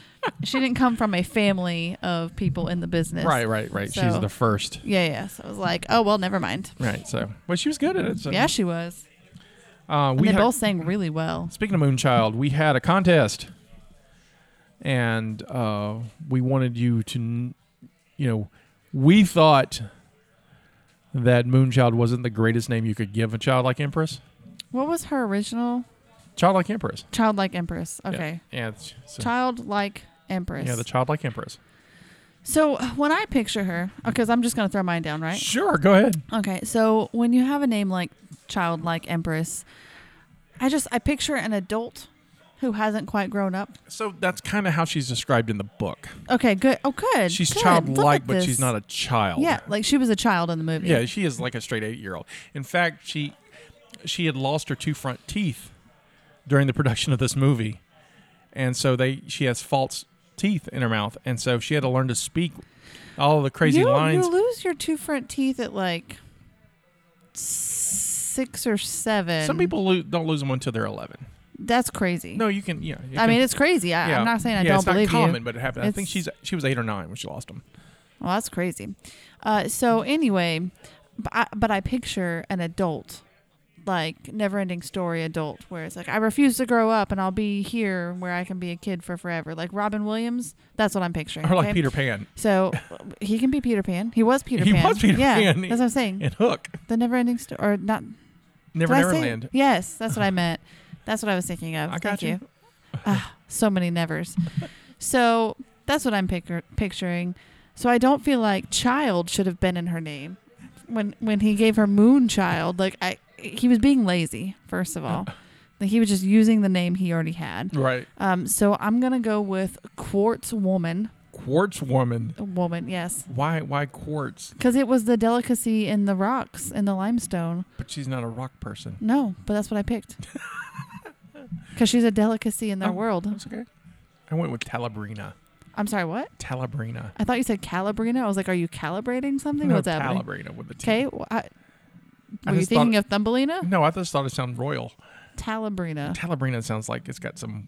[SPEAKER 3] She didn't come from a family of people in the business.
[SPEAKER 2] Right, right, right. She's
[SPEAKER 3] So-
[SPEAKER 2] the first.
[SPEAKER 3] Yeah, yeah. So I was like, oh well, never mind.
[SPEAKER 2] Right. So, but she was good at it. So,
[SPEAKER 3] yeah, she was.
[SPEAKER 2] Uh,
[SPEAKER 3] And
[SPEAKER 2] we
[SPEAKER 3] they
[SPEAKER 2] had,
[SPEAKER 3] both sang really well.
[SPEAKER 2] Speaking of Moonchild, we had a contest, and uh, we wanted you to, n- you know, we thought that Moonchild wasn't the greatest name you could give a child like Empress.
[SPEAKER 3] What was her original?
[SPEAKER 2] Child like Empress.
[SPEAKER 3] Childlike Empress. Okay.
[SPEAKER 2] Yeah. it's- so-
[SPEAKER 3] Childlike Empress.
[SPEAKER 2] yeah, the child like Empress.
[SPEAKER 3] so when I picture her,
[SPEAKER 2] Mm-hmm.
[SPEAKER 3] because I'm just going to throw mine down, right?
[SPEAKER 2] Sure, go ahead.
[SPEAKER 3] Okay. So when you have a name like Childlike Empress, I just, I picture an adult who hasn't quite grown up.
[SPEAKER 2] So that's kind of how she's described in the book.
[SPEAKER 3] Okay. Good. Oh, good.
[SPEAKER 2] She's
[SPEAKER 3] good. Look
[SPEAKER 2] childlike,
[SPEAKER 3] at
[SPEAKER 2] but she's
[SPEAKER 3] this.
[SPEAKER 2] not a child.
[SPEAKER 3] Yeah. Like she was a child in the movie.
[SPEAKER 2] Yeah, she is like a straight eight year old. In fact, she she had lost her two front teeth during the production of this movie, and so they she has false teeth in her mouth, and so she had to learn to speak all the crazy
[SPEAKER 3] you,
[SPEAKER 2] lines.
[SPEAKER 3] You lose your two front teeth at like six or seven.
[SPEAKER 2] Some people lo- don't lose them until they're eleven.
[SPEAKER 3] That's crazy.
[SPEAKER 2] No, you can. Yeah, you
[SPEAKER 3] I
[SPEAKER 2] can-
[SPEAKER 3] mean, it's crazy. I,
[SPEAKER 2] yeah.
[SPEAKER 3] I'm not saying I
[SPEAKER 2] Yeah,
[SPEAKER 3] don't
[SPEAKER 2] it's
[SPEAKER 3] believe
[SPEAKER 2] not common,
[SPEAKER 3] you.
[SPEAKER 2] but it happened. I think
[SPEAKER 3] It's-
[SPEAKER 2] she's she was eight or nine when she lost them.
[SPEAKER 3] Well, that's crazy. Uh, so anyway, b- I, but I picture an adult, like never-ending story adult, where it's like I refuse to grow up and I'll be here where I can be a kid for forever, like Robin Williams. That's what I'm picturing.
[SPEAKER 2] Or like
[SPEAKER 3] okay?
[SPEAKER 2] Peter Pan
[SPEAKER 3] So he can be Peter Pan. He was Peter
[SPEAKER 2] He
[SPEAKER 3] Pan.
[SPEAKER 2] was Peter
[SPEAKER 3] yeah,
[SPEAKER 2] Pan.
[SPEAKER 3] that's what I'm saying.
[SPEAKER 2] and Hook,
[SPEAKER 3] The never-ending story, or not?
[SPEAKER 2] Never
[SPEAKER 3] did I
[SPEAKER 2] Never
[SPEAKER 3] say-
[SPEAKER 2] Land.
[SPEAKER 3] Yes, that's what I meant. That's what I was thinking of.
[SPEAKER 2] I got
[SPEAKER 3] Thank you. Ah, so many nevers. So that's what I'm pictur- picturing. So I don't feel like child should have been in her name. When when he gave her moon child, like I he was being lazy, first of all. Like he was just using the name he already had.
[SPEAKER 2] Right,
[SPEAKER 3] Um so I'm going to go with quartz woman.
[SPEAKER 2] Quartz Woman.
[SPEAKER 3] Woman, yes.
[SPEAKER 2] Why why quartz?
[SPEAKER 3] Cuz it was the delicacy in the rocks in the limestone.
[SPEAKER 2] But she's not a rock person.
[SPEAKER 3] No, but that's what I picked. Cuz she's a delicacy in their
[SPEAKER 2] Oh.
[SPEAKER 3] world.
[SPEAKER 2] That's okay. I went with Talabrina.
[SPEAKER 3] I'm sorry, what?
[SPEAKER 2] Talabrina.
[SPEAKER 3] I thought you said calabrina. I was like, are you calibrating something?
[SPEAKER 2] No,
[SPEAKER 3] What's happening?
[SPEAKER 2] Talabrina with the T.
[SPEAKER 3] Okay. Well, I,
[SPEAKER 2] I
[SPEAKER 3] were you
[SPEAKER 2] just thought-
[SPEAKER 3] thinking of Thumbelina?
[SPEAKER 2] No, I just thought it sounded royal.
[SPEAKER 3] Talabrina.
[SPEAKER 2] Talabrina sounds like it's got some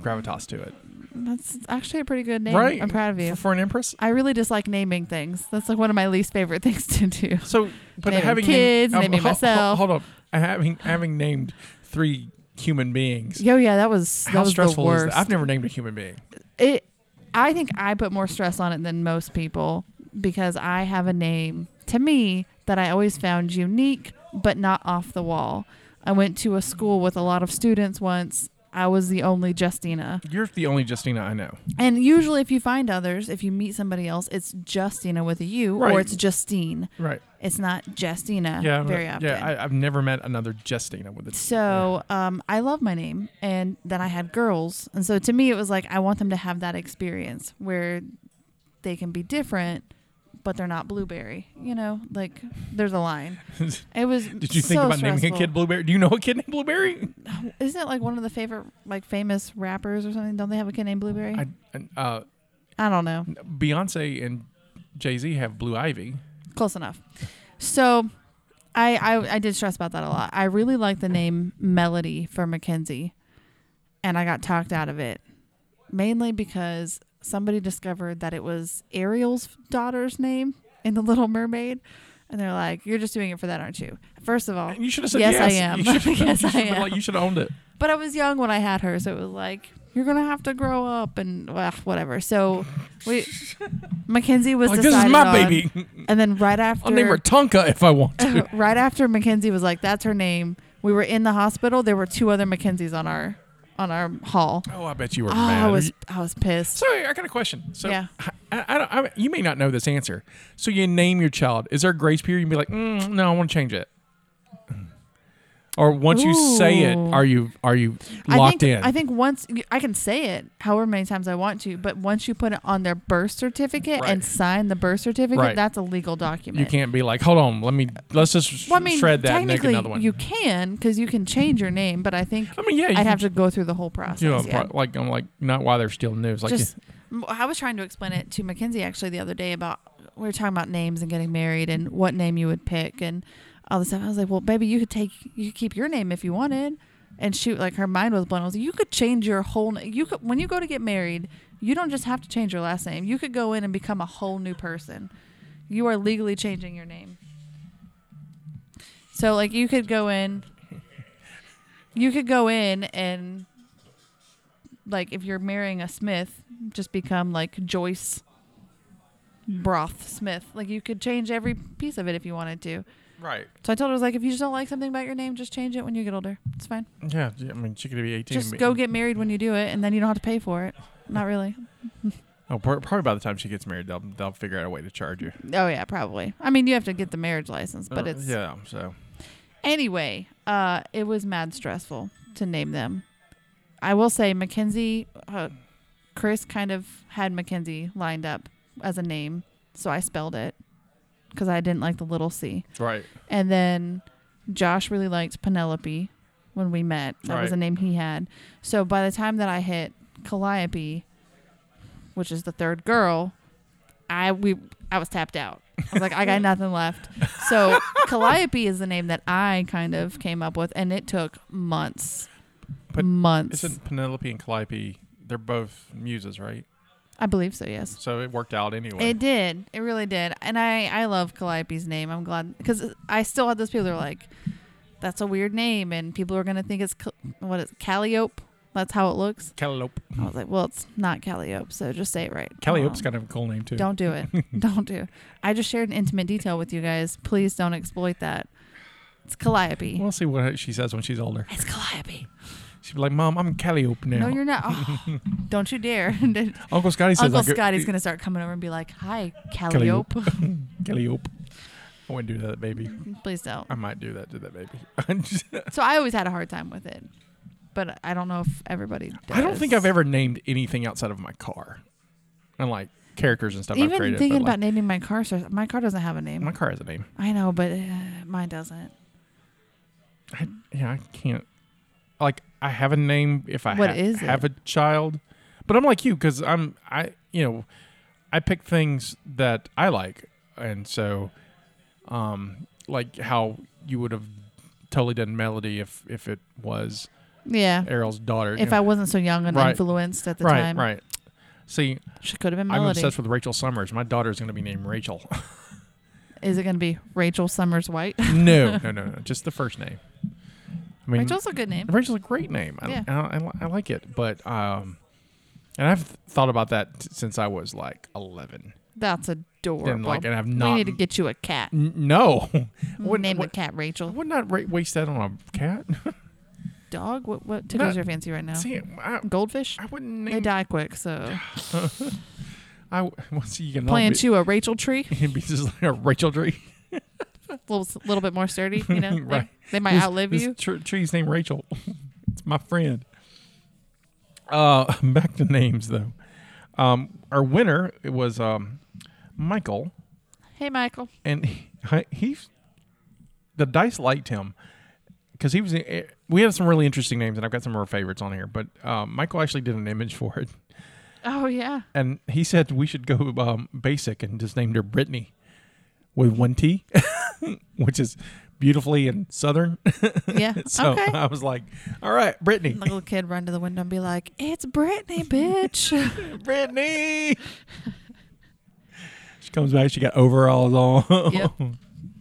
[SPEAKER 2] gravitas to it.
[SPEAKER 3] That's actually a pretty good name.
[SPEAKER 2] Right.
[SPEAKER 3] I'm proud of you.
[SPEAKER 2] F- For an empress?
[SPEAKER 3] I really dislike naming things. That's like one of my least favorite things to do.
[SPEAKER 2] So, but
[SPEAKER 3] Naming
[SPEAKER 2] having
[SPEAKER 3] kids,
[SPEAKER 2] named, Oh,
[SPEAKER 3] naming
[SPEAKER 2] ho- ho-
[SPEAKER 3] myself.
[SPEAKER 2] Hold up. Having having named three human beings.
[SPEAKER 3] Yo, yeah, that was that
[SPEAKER 2] How
[SPEAKER 3] was
[SPEAKER 2] stressful
[SPEAKER 3] the
[SPEAKER 2] is
[SPEAKER 3] worst.
[SPEAKER 2] that? I've never named a human being.
[SPEAKER 3] it. I think I put more stress on it than most people because I have a name to me that I always found unique but not off the wall. I went to a school with a lot of students once. I was the only Justina.
[SPEAKER 2] You're the only Justina I know.
[SPEAKER 3] And usually, if you find others, if you meet somebody else, it's Justina with a U
[SPEAKER 2] Right.
[SPEAKER 3] or it's Justine.
[SPEAKER 2] Right.
[SPEAKER 3] It's not Justina
[SPEAKER 2] Yeah. I'm-
[SPEAKER 3] very often.
[SPEAKER 2] Yeah. I, I've never met another Justina with a T.
[SPEAKER 3] so um, I love my name. And then I had girls. And so to me, it was like, I want them to have that experience where they can be different, but they're not blueberry. You know, like there's a line. It was.
[SPEAKER 2] Did you think
[SPEAKER 3] so
[SPEAKER 2] about naming a
[SPEAKER 3] stressful.
[SPEAKER 2] kid Blueberry? Do you know a kid named Blueberry?
[SPEAKER 3] Isn't it like one of the favorite, like famous rappers or something? Don't they have a kid named Blueberry?
[SPEAKER 2] I,
[SPEAKER 3] I,
[SPEAKER 2] uh,
[SPEAKER 3] don't know.
[SPEAKER 2] Beyonce and Jay Z have Blue Ivy.
[SPEAKER 3] close enough. So, I, I I did stress about that a lot. I really like the name Melody for Mackenzie, and I got talked out of it mainly because somebody discovered that it was Ariel's daughter's name in The Little Mermaid, and they're like, "You're just doing it for that, aren't you?" First of all,
[SPEAKER 2] You should have said yes.
[SPEAKER 3] Yes, I am.
[SPEAKER 2] You should have-
[SPEAKER 3] Yes,
[SPEAKER 2] you should have
[SPEAKER 3] I
[SPEAKER 2] been like,
[SPEAKER 3] am.
[SPEAKER 2] you should have owned it.
[SPEAKER 3] but I was young when I had her, so it was like, you're gonna have to grow up and ugh, whatever. So we, Mackenzie was
[SPEAKER 2] Like this is
[SPEAKER 3] decided
[SPEAKER 2] my
[SPEAKER 3] on,
[SPEAKER 2] baby.
[SPEAKER 3] and then right after,
[SPEAKER 2] I'll name her Tonka if I want to.
[SPEAKER 3] right after Mackenzie was like, "That's her name." We were in the hospital. There were two other Mackenzies on our on our hall.
[SPEAKER 2] oh, I bet you were
[SPEAKER 3] Oh,
[SPEAKER 2] mad.
[SPEAKER 3] I was I was pissed.
[SPEAKER 2] Sorry, I got a question. So,
[SPEAKER 3] Yeah.
[SPEAKER 2] I, I, don't- I, you may not know this answer. So, you name your child. Is there a grace period? You'd be like, mm, no, I want to change it. Or once you say it,
[SPEAKER 3] Ooh.
[SPEAKER 2] are you are you locked
[SPEAKER 3] I think,
[SPEAKER 2] in?
[SPEAKER 3] I think once I can say it however many times I want to, but once you put it on their birth certificate
[SPEAKER 2] Right.
[SPEAKER 3] and sign the birth certificate,
[SPEAKER 2] Right.
[SPEAKER 3] that's a legal
[SPEAKER 2] you
[SPEAKER 3] document.
[SPEAKER 2] can't be like, hold on, let me let's just sh-
[SPEAKER 3] Well, I mean,
[SPEAKER 2] shred that and make
[SPEAKER 3] technically,
[SPEAKER 2] another one.
[SPEAKER 3] you can because you can change your name, but I think
[SPEAKER 2] I mean, yeah, you
[SPEAKER 3] I'd
[SPEAKER 2] can-
[SPEAKER 3] have to go through the whole process.
[SPEAKER 2] you know, I'm
[SPEAKER 3] yeah.
[SPEAKER 2] pro- like I'm like not why they're still new. It's like
[SPEAKER 3] Just, m- I was trying to explain it to Mackenzie actually the other day about we were talking about names and getting married and what name you would pick and all this stuff. I was like, well, baby, you could take you could keep your name if you wanted. And shoot, like her mind was blown. I was like, you could change your whole. na- You could when you go to get married, you don't just have to change your last name. You could go in and become a whole new person. You are legally changing your name. So like you could go in. You could go in and like if you're marrying a Smith, just become like Joyce Broth Smith. Like you could change every piece of it if you wanted to.
[SPEAKER 2] right.
[SPEAKER 3] So I told her I was like, if you just don't like something about your name, just change it when you get older. It's fine.
[SPEAKER 2] Yeah, I mean, she could be 18.
[SPEAKER 3] Just
[SPEAKER 2] and be-
[SPEAKER 3] go get married when you do it, and then you don't have to pay for it. Not really.
[SPEAKER 2] Oh, pro- probably by the time she gets married, they'll they'll figure out a way to charge you.
[SPEAKER 3] Oh yeah, probably. I mean, you have to get the marriage license, but
[SPEAKER 2] Uh,
[SPEAKER 3] it's
[SPEAKER 2] yeah. So
[SPEAKER 3] Anyway, uh, it was mad stressful to name them. I will say Mackenzie, uh, Chris kind of had Mackenzie lined up as a name, so I spelled it because I didn't like the little c.
[SPEAKER 2] right.
[SPEAKER 3] And then Josh really liked Penelope when we met. That was
[SPEAKER 2] Right.
[SPEAKER 3] a name he had. So by the time that I hit Calliope, which is the third girl, I we I was tapped out. I was like, I got nothing left. So Calliope is the name that I kind of came up with, and it took months.
[SPEAKER 2] But
[SPEAKER 3] months.
[SPEAKER 2] Isn't Penelope and Calliope? They're both muses, right?
[SPEAKER 3] I believe so. Yes.
[SPEAKER 2] So it worked out anyway.
[SPEAKER 3] It did. It really did. And I, I love Calliope's name. I'm glad because I still had those people that are like, that's a weird name, and people are gonna think it's Cal- what is it, Calliope. That's how it looks.
[SPEAKER 2] Calliope.
[SPEAKER 3] I was like, well, it's not Calliope, so just say it right.
[SPEAKER 2] Calliope's
[SPEAKER 3] Um,
[SPEAKER 2] kind of a cool name too.
[SPEAKER 3] Don't do it. don't do. It. I just shared an intimate detail with you guys. Please don't exploit that. It's Calliope.
[SPEAKER 2] We'll see what she says when she's older.
[SPEAKER 3] it's Calliope.
[SPEAKER 2] She'll be like, "Mom, I'm Calliope now."
[SPEAKER 3] No, you're not. Oh, don't you dare.
[SPEAKER 2] Uncle Scotty says,
[SPEAKER 3] Uncle
[SPEAKER 2] like,
[SPEAKER 3] Scotty's
[SPEAKER 2] uh,
[SPEAKER 3] gonna start coming over and be like, "Hi,
[SPEAKER 2] Calliope.
[SPEAKER 3] Calliope."
[SPEAKER 2] Calliope. I wouldn't do that, baby.
[SPEAKER 3] Please don't.
[SPEAKER 2] I might do that to that baby.
[SPEAKER 3] So I always had a hard time with it, but I don't know if everybody. Does.
[SPEAKER 2] I don't think I've ever named anything outside of my car, and like characters and stuff. I've
[SPEAKER 3] even
[SPEAKER 2] created,
[SPEAKER 3] thinking
[SPEAKER 2] but,
[SPEAKER 3] about
[SPEAKER 2] like,
[SPEAKER 3] naming my car. so- My car doesn't have a name.
[SPEAKER 2] my car has a name.
[SPEAKER 3] I know, but uh, mine doesn't.
[SPEAKER 2] I, yeah, I can't. Like, I have a name if I
[SPEAKER 3] What
[SPEAKER 2] ha-
[SPEAKER 3] is
[SPEAKER 2] have a child, but I'm like you because I'm I you know I pick things that I like, and so, um, like how you would have totally done Melody if if it was
[SPEAKER 3] Yeah.
[SPEAKER 2] Errol's daughter.
[SPEAKER 3] If I wasn't so young and
[SPEAKER 2] Right.
[SPEAKER 3] influenced at the
[SPEAKER 2] right,
[SPEAKER 3] time,
[SPEAKER 2] right. See,
[SPEAKER 3] she could have been
[SPEAKER 2] I'm
[SPEAKER 3] Melody.
[SPEAKER 2] obsessed with Rachel Summers. My daughter's going to be named Rachel.
[SPEAKER 3] Is it going to be Rachel Summers White?
[SPEAKER 2] no, no, no, no. Just the first name. I mean,
[SPEAKER 3] Rachel's a good name.
[SPEAKER 2] Rachel's a great name. I,
[SPEAKER 3] Yeah.
[SPEAKER 2] I, I, I like it, but um, and I've thought about that t- since I was like eleven,
[SPEAKER 3] That's adorable.
[SPEAKER 2] and like, and I've
[SPEAKER 3] we
[SPEAKER 2] not.
[SPEAKER 3] need to get you a cat. Mm,
[SPEAKER 2] N- no, wouldn't
[SPEAKER 3] Name the
[SPEAKER 2] would,
[SPEAKER 3] cat Rachel.
[SPEAKER 2] would not ra- waste that on a cat.
[SPEAKER 3] Dog. What what
[SPEAKER 2] No.
[SPEAKER 3] tickles your fancy right now?
[SPEAKER 2] See, I,
[SPEAKER 3] Goldfish.
[SPEAKER 2] I wouldn't
[SPEAKER 3] They
[SPEAKER 2] name.
[SPEAKER 3] die quick, so
[SPEAKER 2] I w- well, see you can all
[SPEAKER 3] plant
[SPEAKER 2] be,
[SPEAKER 3] you a Rachel tree,
[SPEAKER 2] It'd be just like a Rachel tree,
[SPEAKER 3] a little, little bit more sturdy. You know, They-
[SPEAKER 2] Right.
[SPEAKER 3] they, might
[SPEAKER 2] This-
[SPEAKER 3] outlive
[SPEAKER 2] this
[SPEAKER 3] you.
[SPEAKER 2] tr- tree's named Rachel. it's my friend. Uh, back to names though. Um, our winner it was um, Michael.
[SPEAKER 3] Hey, Michael.
[SPEAKER 2] and he, he the dice liked him because he was eh, we had some really interesting names and i've got some of our favorites on here but um, michael actually did an image for it
[SPEAKER 3] Oh yeah.
[SPEAKER 2] and he said we should go um, basic and just named her brittany with one t which is beautifully and southern
[SPEAKER 3] Yeah.
[SPEAKER 2] so uh,
[SPEAKER 3] okay.
[SPEAKER 2] i was like all right brittany
[SPEAKER 3] The little kid run to the window and be like, "It's Brittany, bitch."
[SPEAKER 2] brittany she comes back she got overalls on
[SPEAKER 3] Yep.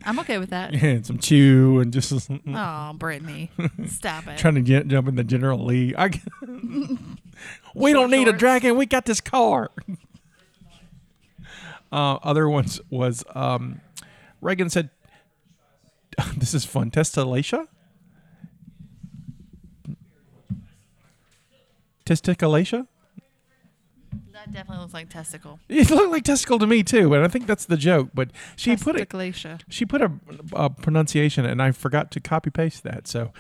[SPEAKER 3] I'm okay with that.
[SPEAKER 2] and some chew and just
[SPEAKER 3] Oh, Brittany, stop it.
[SPEAKER 2] trying to get, jump in the General Lee. I, we don't need a
[SPEAKER 3] shorts.
[SPEAKER 2] dragon. We got this car. uh, other ones was um, Reagan said, "This is fun." Testalacia. Testicalacia.
[SPEAKER 3] That definitely looks like testicle.
[SPEAKER 2] It looked like testicle to me too, and I think that's the joke. But she put it.
[SPEAKER 3] Testicalacia.
[SPEAKER 2] She put a, a pronunciation, and I forgot to copy paste that. So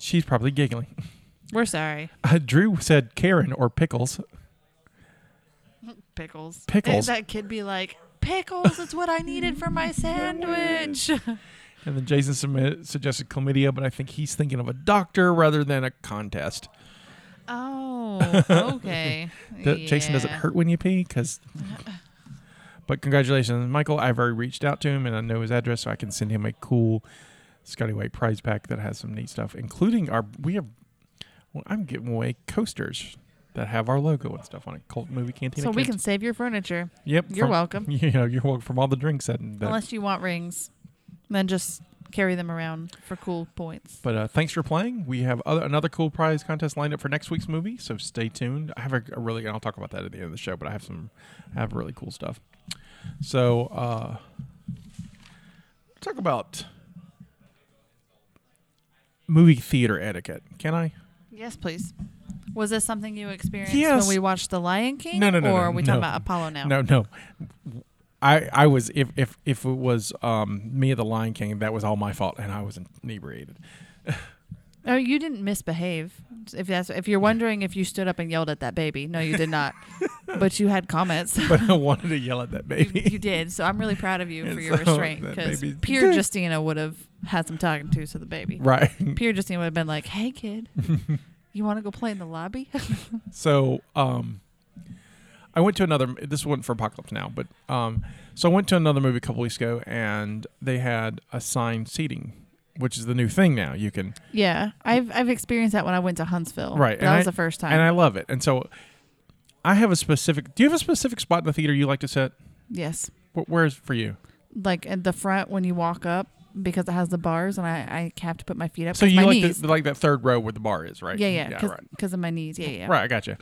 [SPEAKER 2] she's probably giggling.
[SPEAKER 3] We're sorry.
[SPEAKER 2] Uh, Drew said Karen or pickles.
[SPEAKER 3] Pickles.
[SPEAKER 2] Pickles.
[SPEAKER 3] That kid be like, pickles is what I needed for my sandwich.
[SPEAKER 2] And then Jason submi- suggested chlamydia, but I think he's thinking of a doctor rather than a contest.
[SPEAKER 3] oh, okay.
[SPEAKER 2] Th- Jason, does it
[SPEAKER 3] Yeah.
[SPEAKER 2] hurt when you pee? Because. but congratulations, Michael. I've already reached out to him and I know his address, so I can send him a cool Scotty White prize pack that has some neat stuff, including our. We have. Well, I'm giving away coasters that have our logo and stuff on it. Cult Movie Cantina.
[SPEAKER 3] So we
[SPEAKER 2] Kids.
[SPEAKER 3] can save your furniture.
[SPEAKER 2] Yep.
[SPEAKER 3] You're
[SPEAKER 2] from-
[SPEAKER 3] welcome.
[SPEAKER 2] You know, you're welcome from all the drinks that. that
[SPEAKER 3] Unless you want rings, then just carry them around for cool points.
[SPEAKER 2] But uh, thanks for playing. We have other, another cool prize contest lined up for next week's movie, so stay tuned. I have a, a really, and I'll talk about that at the end of the show. But I have some, I have really cool stuff. So, uh, talk about movie theater etiquette. Can I?
[SPEAKER 3] Yes, please. Was this something you experienced
[SPEAKER 2] Yes.
[SPEAKER 3] when we watched The Lion King?
[SPEAKER 2] No, no, no,
[SPEAKER 3] Or
[SPEAKER 2] no,
[SPEAKER 3] are we talking
[SPEAKER 2] no.
[SPEAKER 3] about Apollo now?
[SPEAKER 2] No, no. I I was if if if it was um me the Lion King, that was all my fault, and I was inebriated.
[SPEAKER 3] Oh, you didn't misbehave. If that's if you're wondering if you stood up and yelled at that baby, no, you did not. but you had comments.
[SPEAKER 2] But I wanted to yell at that
[SPEAKER 3] You,
[SPEAKER 2] baby.
[SPEAKER 3] you did, so I'm really proud of you
[SPEAKER 2] And
[SPEAKER 3] for your
[SPEAKER 2] so
[SPEAKER 3] restraint
[SPEAKER 2] that
[SPEAKER 3] because
[SPEAKER 2] baby's-
[SPEAKER 3] Pierre Justina would have had some talking to, so the baby.
[SPEAKER 2] right.
[SPEAKER 3] Pierre Justina would have been like, "Hey, kid, you want to go play in the lobby?"
[SPEAKER 2] So, um, I went to another. This wasn't for Apocalypse Now, but um, so I went to another movie a couple weeks ago, and they had assigned seating, which is the new thing now. You can
[SPEAKER 3] yeah, I've I've experienced that when I went to Huntsville.
[SPEAKER 2] Right,
[SPEAKER 3] that
[SPEAKER 2] and
[SPEAKER 3] was
[SPEAKER 2] I-
[SPEAKER 3] the first time.
[SPEAKER 2] and I love it. And so, I have a specific. Do you have a specific spot in the theater you like to sit?
[SPEAKER 3] yes,
[SPEAKER 2] Wh- Where's for you?
[SPEAKER 3] like at the front when you walk up because it has the bars, and I I have to put my feet up.
[SPEAKER 2] So
[SPEAKER 3] 'cause
[SPEAKER 2] you
[SPEAKER 3] my
[SPEAKER 2] like
[SPEAKER 3] knees.
[SPEAKER 2] the, like that third row where the bar is, right?
[SPEAKER 3] yeah, yeah, because
[SPEAKER 2] right.
[SPEAKER 3] of my knees. Yeah, yeah.
[SPEAKER 2] Right, I gotcha.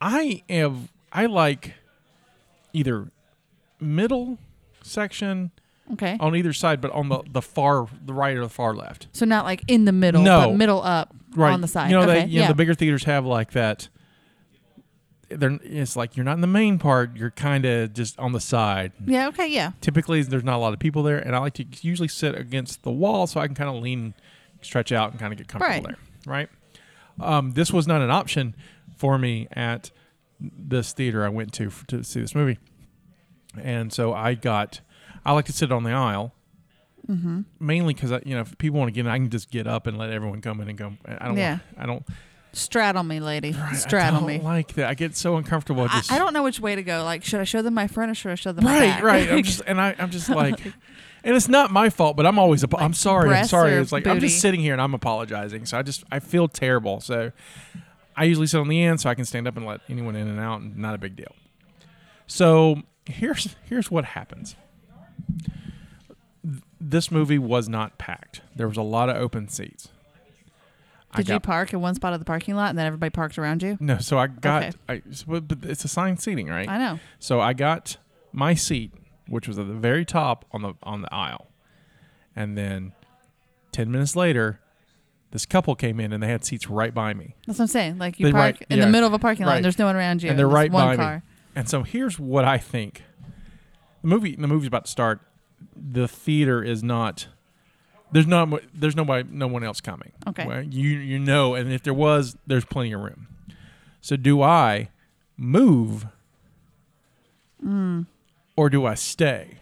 [SPEAKER 2] I am. I like either middle section
[SPEAKER 3] Okay.
[SPEAKER 2] on either side, but on the the far the right or the far left.
[SPEAKER 3] So not like in the middle,
[SPEAKER 2] No.
[SPEAKER 3] but middle up on the side.
[SPEAKER 2] You know,
[SPEAKER 3] okay.
[SPEAKER 2] they, you know,
[SPEAKER 3] yeah.
[SPEAKER 2] the bigger theaters have like that. They're, it's like you're not in the main part. You're kind of just on the side.
[SPEAKER 3] yeah. Okay. Yeah.
[SPEAKER 2] Typically, there's not a lot of people there, and I like to usually sit against the wall so I can kind of lean, stretch out, and kind of get comfortable there.
[SPEAKER 3] Right.
[SPEAKER 2] Right. Um, this was not an option for me at this theater I went to f- to see this movie, and so I got. I like to sit on the aisle.
[SPEAKER 3] Mm-hmm.
[SPEAKER 2] Mainly because you know if people want to get in, I can just get up and let everyone come in and go. I don't.
[SPEAKER 3] Yeah.
[SPEAKER 2] Yeah. I don't.
[SPEAKER 3] Straddle me, lady.
[SPEAKER 2] I
[SPEAKER 3] Straddle
[SPEAKER 2] don't
[SPEAKER 3] me.
[SPEAKER 2] like that. I get so uncomfortable.
[SPEAKER 3] I,
[SPEAKER 2] Just,
[SPEAKER 3] I don't know which way to go. Like, should I show them my front or should I show them my
[SPEAKER 2] Right,
[SPEAKER 3] back?
[SPEAKER 2] right. I'm just, and I, I'm just like, and it's not my fault, but I'm always. Ap- I'm sorry. I'm
[SPEAKER 3] breasts
[SPEAKER 2] sorry.
[SPEAKER 3] or
[SPEAKER 2] It's like I'm
[SPEAKER 3] booty?
[SPEAKER 2] just sitting here and I'm apologizing. So I just I feel terrible. So I usually sit on the end so I can stand up and let anyone in and out, and not a big deal. So here's here's what happens. Th- This movie was not packed. There was a lot of open seats. I
[SPEAKER 3] Did you
[SPEAKER 2] got-
[SPEAKER 3] park in one spot of the parking lot and then everybody parked around you?
[SPEAKER 2] No, so I got.
[SPEAKER 3] Okay.
[SPEAKER 2] I, so- but it's assigned seating, right?
[SPEAKER 3] I know.
[SPEAKER 2] So I got my seat, which was at the very top on the on the aisle, and then ten minutes later, this couple came in and they had seats right by me,
[SPEAKER 3] That's what I'm saying. Like, you
[SPEAKER 2] They-
[SPEAKER 3] park
[SPEAKER 2] right,
[SPEAKER 3] in
[SPEAKER 2] yeah.
[SPEAKER 3] the middle of a parking lot
[SPEAKER 2] Right.
[SPEAKER 3] and there's no one around you.
[SPEAKER 2] and they're
[SPEAKER 3] there's
[SPEAKER 2] right by
[SPEAKER 3] one
[SPEAKER 2] me.
[SPEAKER 3] car.
[SPEAKER 2] And so here's what I think: the movie the movie's about to start. The theater is not. There's not. mu- There's nobody. No one else coming.
[SPEAKER 3] Okay.
[SPEAKER 2] Well, you you know, and if there was, there's plenty of room. So do I move,
[SPEAKER 3] Mm.
[SPEAKER 2] or do I stay?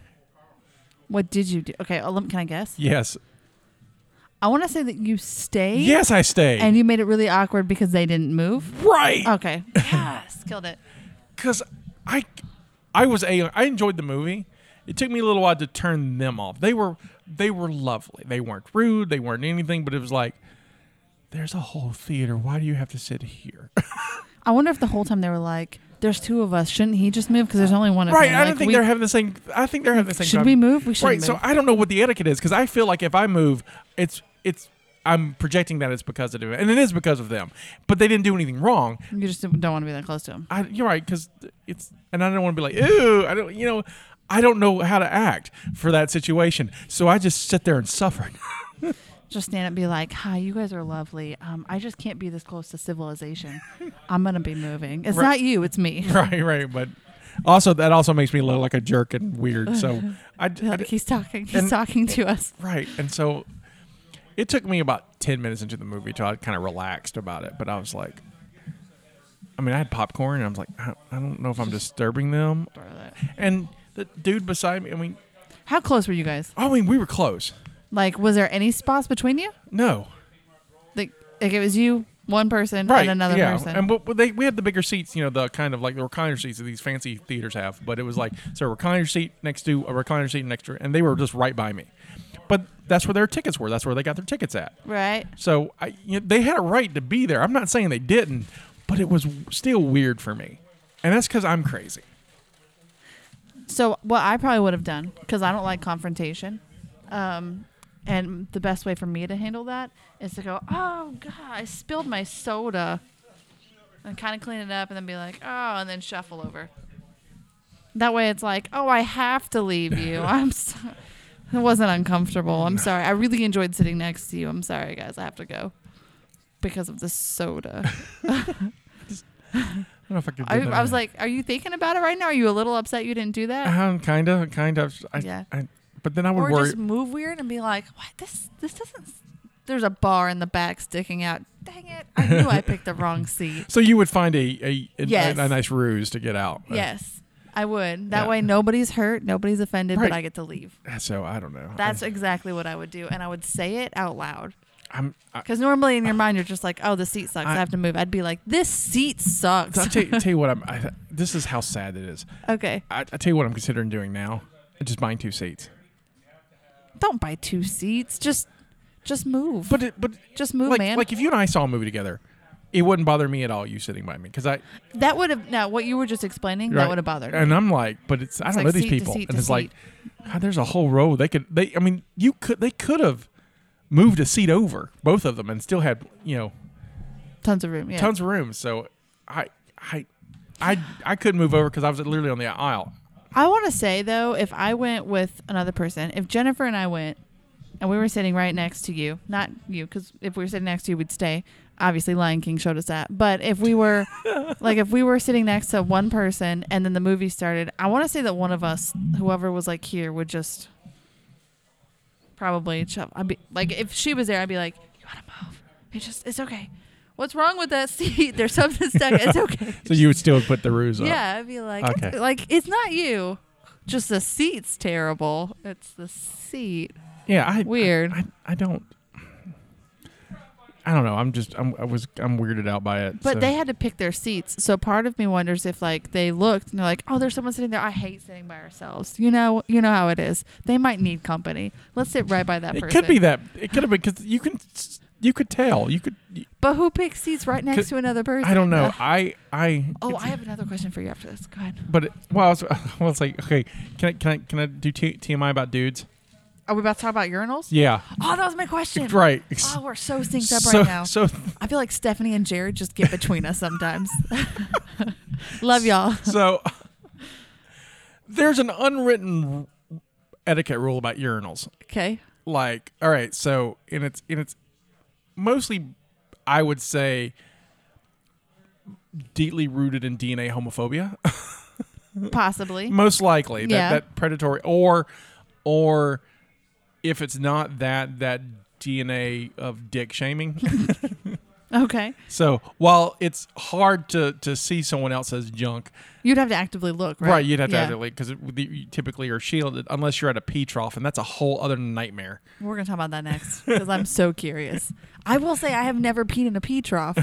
[SPEAKER 3] What did you do? Okay. oh, lem- Can I guess?
[SPEAKER 2] Yes.
[SPEAKER 3] I want to say that you stayed
[SPEAKER 2] Yes, I stayed.
[SPEAKER 3] and Oh. you made it really awkward because they didn't move.
[SPEAKER 2] right.
[SPEAKER 3] Okay. yes. Killed it.
[SPEAKER 2] because I I was a I enjoyed the movie. It took me a little while to turn them off. They were they were lovely. They weren't rude. They weren't anything. But it was like there's a whole theater. Why do you have to sit here?
[SPEAKER 3] I wonder if the whole time they were like, there's two of us. Shouldn't he just move? Because there's only one of
[SPEAKER 2] right.
[SPEAKER 3] him.
[SPEAKER 2] I don't
[SPEAKER 3] Like,
[SPEAKER 2] think
[SPEAKER 3] we-
[SPEAKER 2] they're having the same. I think they're having the same.
[SPEAKER 3] Should
[SPEAKER 2] time.
[SPEAKER 3] we move? We should
[SPEAKER 2] Right. So
[SPEAKER 3] move.
[SPEAKER 2] I don't know what the etiquette is because I feel like if I move, it's it's I'm projecting that it's because of them, and it is because of them. But they didn't do anything wrong.
[SPEAKER 3] You just don't want to be that close to him.
[SPEAKER 2] I, you're right, because it's, and I don't want to be like, ew, I don't, you know, I don't know how to act for that situation. So I just sit there and suffer.
[SPEAKER 3] Just stand up and be like, "Hi, you guys are lovely. Um, I just can't be this close to civilization. I'm gonna be moving. It's not you, it's me."
[SPEAKER 2] right, right. But also, that also makes me look like a jerk and weird. So I, I,
[SPEAKER 3] Like, he's talking. He's
[SPEAKER 2] and-
[SPEAKER 3] talking to us.
[SPEAKER 2] Right. And so it took me about 10 minutes into the movie till I kind of relaxed about it. But I was like, I mean, I had popcorn and I was like, I I don't know if I'm disturbing them. And the dude beside me, I mean,
[SPEAKER 3] How close were you guys?
[SPEAKER 2] I mean, we were close.
[SPEAKER 3] Like, was there any spots between you?
[SPEAKER 2] No.
[SPEAKER 3] Like, like it was you, one person,
[SPEAKER 2] Right.
[SPEAKER 3] and another
[SPEAKER 2] yeah.
[SPEAKER 3] person.
[SPEAKER 2] And but but they, we had the bigger seats, you know, the kind of like the recliner seats that these fancy theaters have. But it was like, so a recliner seat next to a recliner seat next to, and they were just right by me. But that's where their tickets were. That's where they got their tickets at.
[SPEAKER 3] right.
[SPEAKER 2] So I, you know, they had a right to be there. I'm not saying they didn't, but it was w- still weird for me, and that's because I'm crazy.
[SPEAKER 3] So what I probably would have done because I don't like confrontation, um, and the best way for me to handle that is to go, "Oh God, I spilled my soda," and kind of clean it up, and then be like, "Oh," and then shuffle over. That way, it's like, "Oh, I have to leave you. I'm." So- it wasn't uncomfortable. I'm sorry. I really enjoyed sitting next to you. I'm sorry, guys. I have to go because of the soda.
[SPEAKER 2] I don't know if I could. Do
[SPEAKER 3] I,
[SPEAKER 2] that
[SPEAKER 3] I was like, "Are you thinking about it right now? Are you a little upset you didn't do that?"
[SPEAKER 2] um, kind of, kind of. I,
[SPEAKER 3] Yeah.
[SPEAKER 2] I, but then I would
[SPEAKER 3] or
[SPEAKER 2] worry.
[SPEAKER 3] just move weird and be like, "What? This this doesn't." There's a bar in the back sticking out. Dang it! I knew I picked the wrong seat.
[SPEAKER 2] so you would find a a, a,
[SPEAKER 3] Yes.
[SPEAKER 2] a, nice ruse to get out.
[SPEAKER 3] Yes, I would. That
[SPEAKER 2] Yeah.
[SPEAKER 3] way, nobody's hurt, nobody's offended,
[SPEAKER 2] Right.
[SPEAKER 3] but I get to leave.
[SPEAKER 2] Uh, So I don't know.
[SPEAKER 3] That's exactly what I would do, and I would say it out loud.
[SPEAKER 2] I, am I,
[SPEAKER 3] Because normally in your mind, you're just like, "Oh, the seat sucks. I,
[SPEAKER 2] I-
[SPEAKER 3] have to move." I'd be like, "This seat
[SPEAKER 2] so I'll
[SPEAKER 3] sucks."
[SPEAKER 2] tell, you, tell you what I'm. I, this is how sad it is.
[SPEAKER 3] okay,
[SPEAKER 2] I, I tell you what I'm considering doing now. Just buying two seats.
[SPEAKER 3] don't buy two seats. Just just move.
[SPEAKER 2] But it, but
[SPEAKER 3] just move,
[SPEAKER 2] like
[SPEAKER 3] man.
[SPEAKER 2] like if you and I saw a movie together, it wouldn't bother me at all. You sitting by me because I
[SPEAKER 3] that would have now what you were just explaining.
[SPEAKER 2] Right.
[SPEAKER 3] That would have bothered me.
[SPEAKER 2] And I'm like, but it's I don't
[SPEAKER 3] like
[SPEAKER 2] know these
[SPEAKER 3] seat to
[SPEAKER 2] people,
[SPEAKER 3] seat
[SPEAKER 2] and
[SPEAKER 3] to
[SPEAKER 2] it's like, God, there's a whole row. They could, they, I mean, you could, they could have moved a seat over both of them and still had you know
[SPEAKER 3] Tons of room. Yeah.
[SPEAKER 2] tons of room. So I, I, I, I couldn't move over because I was literally on the aisle.
[SPEAKER 3] I want to say though, if I went with another person, if Jennifer and I went, and we were sitting right next to you, not you, because if we were sitting next to you, we'd stay. Obviously, Lion King showed us that. But if we were, like, if we were sitting next to one person and then the movie started, I want to say that one of us, whoever was like here, would just probably shove. I'd be like, if she was there, I'd be like, "You gotta move. It just, it's okay. What's wrong with that seat? There's something stuck. It's okay."
[SPEAKER 2] So you would still put the ruse up.
[SPEAKER 3] Yeah, I'd be like,
[SPEAKER 2] Okay.
[SPEAKER 3] like it's not you. Just the seat's terrible. It's the seat.
[SPEAKER 2] yeah. I,
[SPEAKER 3] Weird.
[SPEAKER 2] I, I, I don't. I don't know. I'm just. I'm, I was. I'm weirded out by it.
[SPEAKER 3] But
[SPEAKER 2] so.
[SPEAKER 3] they had to pick their seats, so part of me wonders if like they looked and they're like, oh, there's someone sitting there. I hate sitting by ourselves. You know, you know how it is. They might need company. Let's sit right by that
[SPEAKER 2] It
[SPEAKER 3] person.
[SPEAKER 2] could be that. It could have been because you can. s- You could tell. You could.
[SPEAKER 3] But who picks seats right next
[SPEAKER 2] Could-
[SPEAKER 3] to another person?
[SPEAKER 2] I don't know.
[SPEAKER 3] Uh,
[SPEAKER 2] I. I.
[SPEAKER 3] oh,
[SPEAKER 2] it's-
[SPEAKER 3] I have another question for you after this. Go ahead.
[SPEAKER 2] But it, well, I was, well, it's like okay, can I can I can I do t- TMI about dudes?
[SPEAKER 3] Are we about to talk about urinals?
[SPEAKER 2] Yeah,
[SPEAKER 3] Oh, that was my question.
[SPEAKER 2] right.
[SPEAKER 3] Oh, we're so synced up
[SPEAKER 2] so
[SPEAKER 3] right now.
[SPEAKER 2] so
[SPEAKER 3] I feel like Stephanie and Jared just get between us sometimes. Love y'all.
[SPEAKER 2] so there's an unwritten etiquette rule about urinals.
[SPEAKER 3] Okay.
[SPEAKER 2] Like, all right, so and it's and it's mostly, I would say, deeply rooted in DNA homophobia.
[SPEAKER 3] Possibly.
[SPEAKER 2] most likely that,
[SPEAKER 3] Yeah.
[SPEAKER 2] that predatory or or if it's not that that dna of dick shaming
[SPEAKER 3] Okay.
[SPEAKER 2] so while it's hard to to see someone else as junk
[SPEAKER 3] You'd have to actively look, right?
[SPEAKER 2] right, you'd have to
[SPEAKER 3] Yeah.
[SPEAKER 2] have it like because you typically are shielded unless you're at a pee trough and that's a whole other nightmare
[SPEAKER 3] We're going to talk about that next because I'm so curious. I will say I have never peed in a pee trough.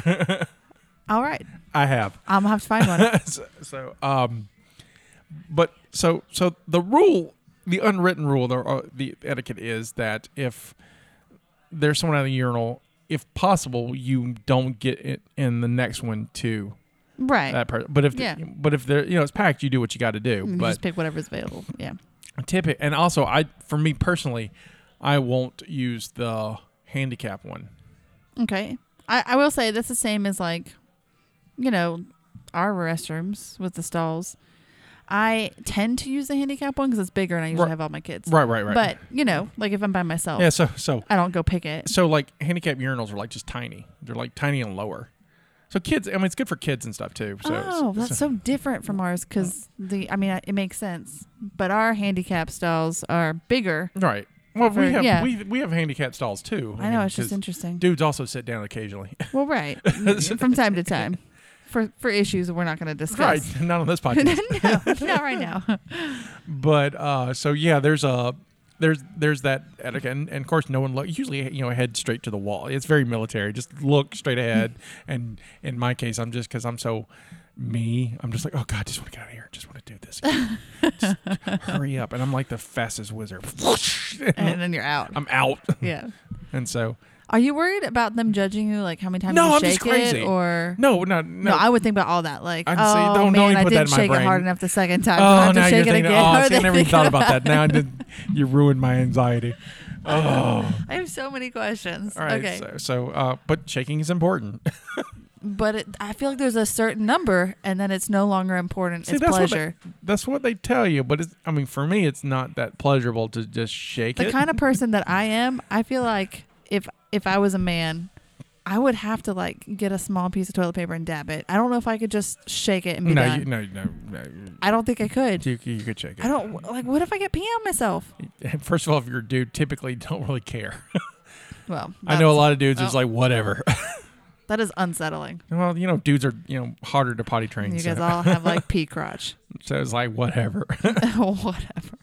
[SPEAKER 3] All right.
[SPEAKER 2] i have
[SPEAKER 3] I'm going to have to find one.
[SPEAKER 2] so, so um but so so the rule the unwritten rule the, uh, the etiquette is that if there's someone at the urinal if possible you don't get it in the next one to
[SPEAKER 3] Right.
[SPEAKER 2] that person but if
[SPEAKER 3] Yeah. Mm-hmm.
[SPEAKER 2] but if they're you know it's packed you do what you got to do
[SPEAKER 3] you
[SPEAKER 2] but
[SPEAKER 3] just pick whatever's available. Yeah.
[SPEAKER 2] tip it and also i for me personally i won't use the handicap one.
[SPEAKER 3] Okay. I, I will say that's the same as like, you know, our restrooms with the stalls. I tend to use the handicap one because it's bigger and I usually
[SPEAKER 2] Right.
[SPEAKER 3] have all my kids.
[SPEAKER 2] Right, right, right.
[SPEAKER 3] But you know, like if I'm by myself,
[SPEAKER 2] yeah, so so
[SPEAKER 3] I don't go pick it.
[SPEAKER 2] so like handicap urinals are like just tiny. They're like tiny and lower. So kids, I mean, it's good for kids and stuff too. So
[SPEAKER 3] oh,
[SPEAKER 2] so-
[SPEAKER 3] that's so different from ours because the I mean I- it makes sense. But our handicap stalls are bigger.
[SPEAKER 2] right. Well,
[SPEAKER 3] for-
[SPEAKER 2] we have
[SPEAKER 3] yeah.
[SPEAKER 2] we we have handicap stalls too.
[SPEAKER 3] I know
[SPEAKER 2] mean,
[SPEAKER 3] it's just
[SPEAKER 2] 'cause
[SPEAKER 3] interesting.
[SPEAKER 2] dudes also sit down occasionally.
[SPEAKER 3] Well, right, Mm, from time to time, for for issues that we're not going to
[SPEAKER 2] right,
[SPEAKER 3] discuss.
[SPEAKER 2] not on this podcast.
[SPEAKER 3] no, not right now.
[SPEAKER 2] but uh, so yeah, there's a there's there's that etiquette, and, and of course, no one look. Usually, you know, head straight to the wall. It's very military. Just look straight ahead. and in my case, I'm just because I'm so me. I'm just like, oh god, just want to get out of here. Just want to do this. just hurry up, and I'm like the fastest wizard.
[SPEAKER 3] And then you're out.
[SPEAKER 2] I'm out,
[SPEAKER 3] yeah.
[SPEAKER 2] and so
[SPEAKER 3] Are you worried about them judging you, like how many times
[SPEAKER 2] No,
[SPEAKER 3] you
[SPEAKER 2] I'm
[SPEAKER 3] shake
[SPEAKER 2] just crazy.
[SPEAKER 3] it, or
[SPEAKER 2] no, no, no.
[SPEAKER 3] no. I would think about all that. Like,
[SPEAKER 2] I'd say,
[SPEAKER 3] oh
[SPEAKER 2] don't- don't
[SPEAKER 3] man,
[SPEAKER 2] even
[SPEAKER 3] I
[SPEAKER 2] put that
[SPEAKER 3] didn't
[SPEAKER 2] in my
[SPEAKER 3] shake it
[SPEAKER 2] brain.
[SPEAKER 3] hard enough the second time. I
[SPEAKER 2] Oh,
[SPEAKER 3] have to
[SPEAKER 2] now
[SPEAKER 3] shake
[SPEAKER 2] you're
[SPEAKER 3] it
[SPEAKER 2] thinking.
[SPEAKER 3] again. How
[SPEAKER 2] Oh,
[SPEAKER 3] are
[SPEAKER 2] see, I
[SPEAKER 3] they
[SPEAKER 2] never even
[SPEAKER 3] thinking
[SPEAKER 2] thought about that. Now I did, you ruined my anxiety. Oh,
[SPEAKER 3] I have so many questions.
[SPEAKER 2] all right.
[SPEAKER 3] okay,
[SPEAKER 2] So, so uh, but shaking is important.
[SPEAKER 3] but it, I feel like there's a certain number, and then it's no longer important.
[SPEAKER 2] See,
[SPEAKER 3] it's
[SPEAKER 2] that's what
[SPEAKER 3] pleasure.
[SPEAKER 2] That's what they tell you, but it's, I mean, for me, it's not that pleasurable to just shake
[SPEAKER 3] The
[SPEAKER 2] it.
[SPEAKER 3] kind of person that I am, I feel like if if I was a man, I would have to like get a small piece of toilet paper and dab it. I don't know if I could just shake it and be
[SPEAKER 2] no,
[SPEAKER 3] done.
[SPEAKER 2] you, no, no, no,
[SPEAKER 3] I don't think I could.
[SPEAKER 2] you, you could shake
[SPEAKER 3] I don't like. What if I get pee on myself?
[SPEAKER 2] it. First of all, if you're a dude, typically don't really care.
[SPEAKER 3] Well,
[SPEAKER 2] I know a lot of dudes
[SPEAKER 3] oh.
[SPEAKER 2] is like whatever.
[SPEAKER 3] That is unsettling.
[SPEAKER 2] well, you know, dudes are you know harder to potty train.
[SPEAKER 3] You
[SPEAKER 2] so,
[SPEAKER 3] guys all have like pea crotch.
[SPEAKER 2] so it's like whatever.
[SPEAKER 3] Whatever.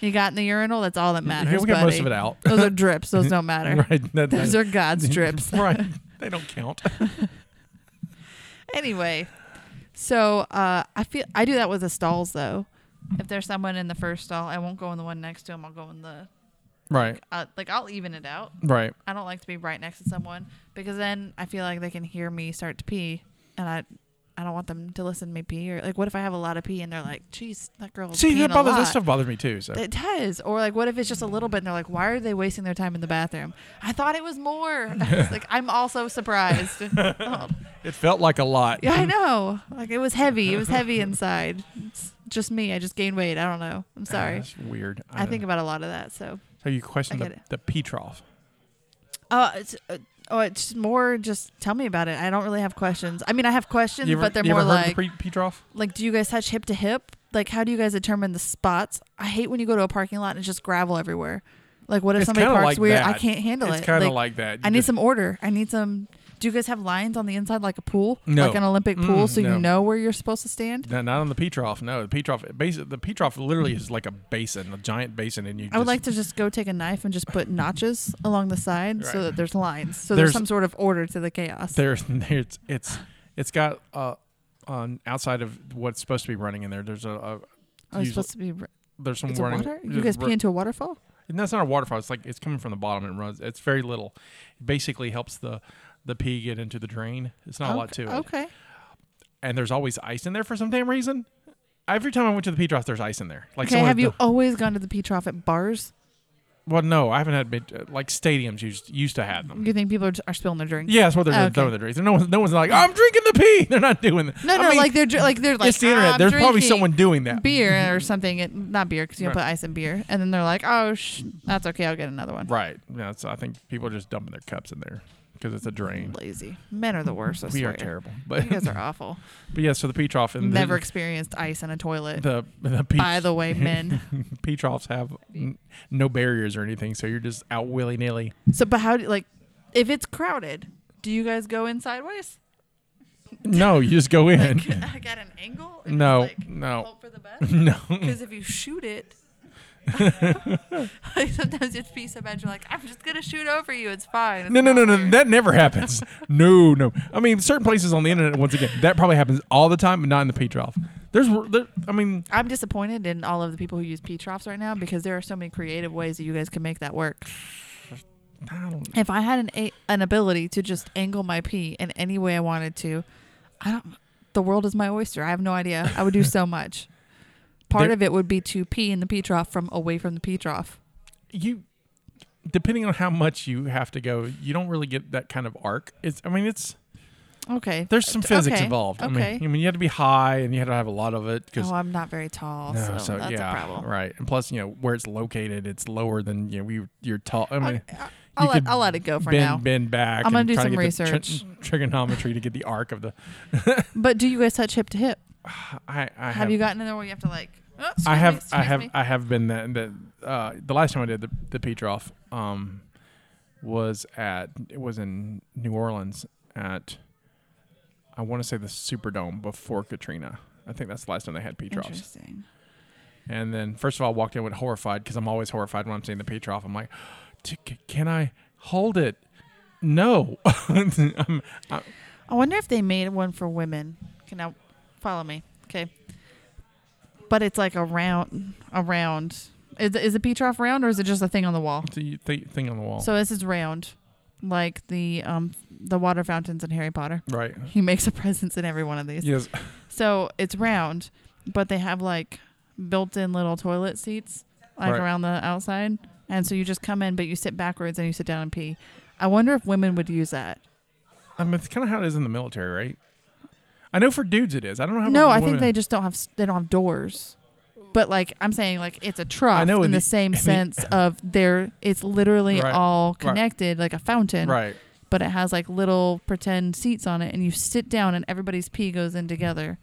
[SPEAKER 3] You got in the urinal, that's all that matters.
[SPEAKER 2] we got most
[SPEAKER 3] buddy.
[SPEAKER 2] of it out.
[SPEAKER 3] Those are drips, those don't matter.
[SPEAKER 2] right. That,
[SPEAKER 3] Those are God's drips.
[SPEAKER 2] right. They don't count.
[SPEAKER 3] Anyway. So uh, I feel I do that with the stalls though. If there's someone in the first stall, I won't go in the one next to him. I'll go in the
[SPEAKER 2] Right.
[SPEAKER 3] uh, like I'll even it out.
[SPEAKER 2] Right.
[SPEAKER 3] I don't like to be right next to someone because then I feel like they can hear me start to pee, and I I don't want them to listen to me pee. Or like, what if I have a lot of pee and they're like, "Geez, that girl."
[SPEAKER 2] See, that bothers
[SPEAKER 3] bothers
[SPEAKER 2] that stuff bothers me too. So
[SPEAKER 3] It does. Or like, what if it's just a little bit and they're like, why are they wasting their time in the bathroom? I thought it was more. It's like, I'm also surprised. Oh,
[SPEAKER 2] it felt like a lot.
[SPEAKER 3] yeah, I know. Like, it was heavy. It was heavy inside. It's just me. I just gained weight. I don't know. I'm sorry.
[SPEAKER 2] That's weird. Uh,
[SPEAKER 3] I think about a lot of that. So,
[SPEAKER 2] so. You
[SPEAKER 3] I
[SPEAKER 2] question
[SPEAKER 3] get
[SPEAKER 2] the,
[SPEAKER 3] it.
[SPEAKER 2] the pee trough.
[SPEAKER 3] oh, it's, uh, oh, it's more just tell me about it. I don't really have questions. I mean, I have questions,
[SPEAKER 2] You ever,
[SPEAKER 3] but they're
[SPEAKER 2] you
[SPEAKER 3] more
[SPEAKER 2] ever heard of
[SPEAKER 3] like,
[SPEAKER 2] the pre- pee trough?
[SPEAKER 3] like, do you guys touch hip to hip? Like, how do you guys determine the spots? I hate when you go to a parking lot and it's just gravel everywhere. Like, what if
[SPEAKER 2] It's
[SPEAKER 3] somebody
[SPEAKER 2] kinda
[SPEAKER 3] parks
[SPEAKER 2] like
[SPEAKER 3] weird? I
[SPEAKER 2] that.
[SPEAKER 3] can't handle it.
[SPEAKER 2] It's kind of like, that.
[SPEAKER 3] I
[SPEAKER 2] You
[SPEAKER 3] need
[SPEAKER 2] just-
[SPEAKER 3] some order. I need some. Do you guys have lines on the inside like a pool,
[SPEAKER 2] No.
[SPEAKER 3] like an Olympic pool,
[SPEAKER 2] Mm,
[SPEAKER 3] so you
[SPEAKER 2] no.
[SPEAKER 3] know where you're supposed to stand?
[SPEAKER 2] No, not on the Petroff. No, the Petroff. Basi- the Petroff literally is like a basin, a giant basin, and you.
[SPEAKER 3] I would
[SPEAKER 2] just-
[SPEAKER 3] like to just go take a knife and just put notches along the side so
[SPEAKER 2] Right.
[SPEAKER 3] that there's lines, so there's,
[SPEAKER 2] There's-
[SPEAKER 3] some sort of order to the chaos.
[SPEAKER 2] There's, there's, it's, it's got uh, on outside of what's supposed to be running in there. There's a, a
[SPEAKER 3] Are we
[SPEAKER 2] usually-
[SPEAKER 3] supposed to be? r-
[SPEAKER 2] there's some
[SPEAKER 3] It's a
[SPEAKER 2] running.
[SPEAKER 3] water. You
[SPEAKER 2] there's
[SPEAKER 3] guys
[SPEAKER 2] ru-
[SPEAKER 3] pee into a waterfall?
[SPEAKER 2] And that's not a waterfall. It's like it's coming from the bottom and it runs. It's very little. It basically helps the the pee get into the drain. It's not a lot
[SPEAKER 3] okay.
[SPEAKER 2] to it.
[SPEAKER 3] Okay.
[SPEAKER 2] And there's always ice in there for some damn reason. Every time I went to the Petroff, there's ice in there. Like
[SPEAKER 3] okay.
[SPEAKER 2] someone-
[SPEAKER 3] Have you always gone to the pee trough at bars?
[SPEAKER 2] Well, no, I haven't had big, uh, like stadiums used used to have them.
[SPEAKER 3] You think people are, just- are spilling their drinks?
[SPEAKER 2] Yeah, that's what they're
[SPEAKER 3] Okay.
[SPEAKER 2] throwing the drinks. No one's, no one's like, I'm drinking the pee. They're not doing that.
[SPEAKER 3] No,
[SPEAKER 2] I
[SPEAKER 3] no.
[SPEAKER 2] mean,
[SPEAKER 3] like they're dr- like they're like. "Ah,
[SPEAKER 2] it's the internet.
[SPEAKER 3] "I'm
[SPEAKER 2] There's probably
[SPEAKER 3] drinking
[SPEAKER 2] someone doing that.
[SPEAKER 3] Beer or something, it, not beer because you don't
[SPEAKER 2] Right.
[SPEAKER 3] put ice in beer, and then they're like, "Oh, sh- that's okay, I'll get another one."
[SPEAKER 2] Right. Yeah, so I think people are just dumping their cups in there because it's a drain.
[SPEAKER 3] lazy. Men are the worst. I
[SPEAKER 2] we
[SPEAKER 3] swear.
[SPEAKER 2] are terrible. But,
[SPEAKER 3] You guys are awful.
[SPEAKER 2] but yeah, so the pee trough and
[SPEAKER 3] Never
[SPEAKER 2] the
[SPEAKER 3] experienced ice in a toilet.
[SPEAKER 2] the, the pee,
[SPEAKER 3] By the way, men.
[SPEAKER 2] pee troughs have n- no barriers or anything, so you're just out willy nilly.
[SPEAKER 3] So, but how do like if it's crowded? Do you guys go in sideways?
[SPEAKER 2] No, you just go in.
[SPEAKER 3] Like, at an angle? and just,
[SPEAKER 2] No,
[SPEAKER 3] like, oh.
[SPEAKER 2] no.
[SPEAKER 3] Hope for the best.
[SPEAKER 2] no.
[SPEAKER 3] Because if you shoot it, like sometimes it's be so bad you're like, I'm just gonna shoot over you. It's fine. It's
[SPEAKER 2] No, no,
[SPEAKER 3] not
[SPEAKER 2] no, no.
[SPEAKER 3] weird."
[SPEAKER 2] That never happens. No, no. I mean, certain places on the internet, once again, that probably happens all the time, but not in the pee trough. There's, there, I mean,
[SPEAKER 3] I'm disappointed in all of the people who use P troughs right now because there are so many creative ways that you guys can make that work.
[SPEAKER 2] I don't
[SPEAKER 3] if I had an a- an ability to just angle my pee in any way I wanted to, I don't. The world is my oyster. I have no idea. I would do so much. Part
[SPEAKER 2] There-
[SPEAKER 3] of it would be to pee in the pee trough from away from the pee trough.
[SPEAKER 2] you depending on how much you have to go, you don't really get that kind of arc. It's I mean it's
[SPEAKER 3] Okay.
[SPEAKER 2] there's some physics
[SPEAKER 3] Okay,
[SPEAKER 2] involved. I
[SPEAKER 3] okay.
[SPEAKER 2] mean I mean you had to be high and you had to have a lot of it because
[SPEAKER 3] Oh, I'm not very tall, so, that's a problem.
[SPEAKER 2] right. And plus, you know where it's located, it's lower than you know we you're tall. I mean,
[SPEAKER 3] I- I'll
[SPEAKER 2] you
[SPEAKER 3] let,
[SPEAKER 2] could
[SPEAKER 3] I'll let it go Oh, for
[SPEAKER 2] bend
[SPEAKER 3] now.
[SPEAKER 2] bend back.
[SPEAKER 3] I'm gonna
[SPEAKER 2] and
[SPEAKER 3] do
[SPEAKER 2] try to
[SPEAKER 3] some
[SPEAKER 2] get the tr-
[SPEAKER 3] research.
[SPEAKER 2] trigonometry to get the arc of the.
[SPEAKER 3] But do you guys touch hip to hip?
[SPEAKER 2] I, I
[SPEAKER 3] Have, you gotten in there where you have to like? "Oh, excuse
[SPEAKER 2] I
[SPEAKER 3] me,
[SPEAKER 2] have,
[SPEAKER 3] excuse
[SPEAKER 2] I have,
[SPEAKER 3] me."
[SPEAKER 2] I have been that. that uh, the last time I did the the Petroff, um, was at it was in New Orleans at, I want to say the Superdome before Katrina. I think that's the last time they had Petroffs.
[SPEAKER 3] Interesting.
[SPEAKER 2] And then first of all, I walked in with horrified because I'm always horrified when I'm seeing the Petroff. I'm like, "T- c- can I hold it? No. I'm- I-
[SPEAKER 3] I wonder if they made one for women. Okay, now follow me. Okay. But it's like a round, a round. Is is the Petroff round or is it just a thing on the wall?
[SPEAKER 2] it's a th- thing on the wall.
[SPEAKER 3] So this is round, like the um the water fountains in Harry Potter.
[SPEAKER 2] right.
[SPEAKER 3] He makes a presence in every one of these.
[SPEAKER 2] Yes.
[SPEAKER 3] So it's round, but they have like built-in little toilet seats like
[SPEAKER 2] Right.
[SPEAKER 3] around the outside, and so you just come in, but you sit backwards and you sit down and pee. I wonder if women would use that.
[SPEAKER 2] I mean, it's kind of how it is in the military, right? I know for dudes it is. I don't know how.
[SPEAKER 3] No,
[SPEAKER 2] about
[SPEAKER 3] I
[SPEAKER 2] women.
[SPEAKER 3] think they just don't have s- they don't have doors. But like I'm saying, like it's a trough
[SPEAKER 2] know,
[SPEAKER 3] in
[SPEAKER 2] in
[SPEAKER 3] the,
[SPEAKER 2] the- in
[SPEAKER 3] same
[SPEAKER 2] the-
[SPEAKER 3] sense of there. It's literally
[SPEAKER 2] Right,
[SPEAKER 3] all connected, like a fountain.
[SPEAKER 2] Right.
[SPEAKER 3] But it has like little pretend seats on it, and you sit down, and everybody's pee goes in together.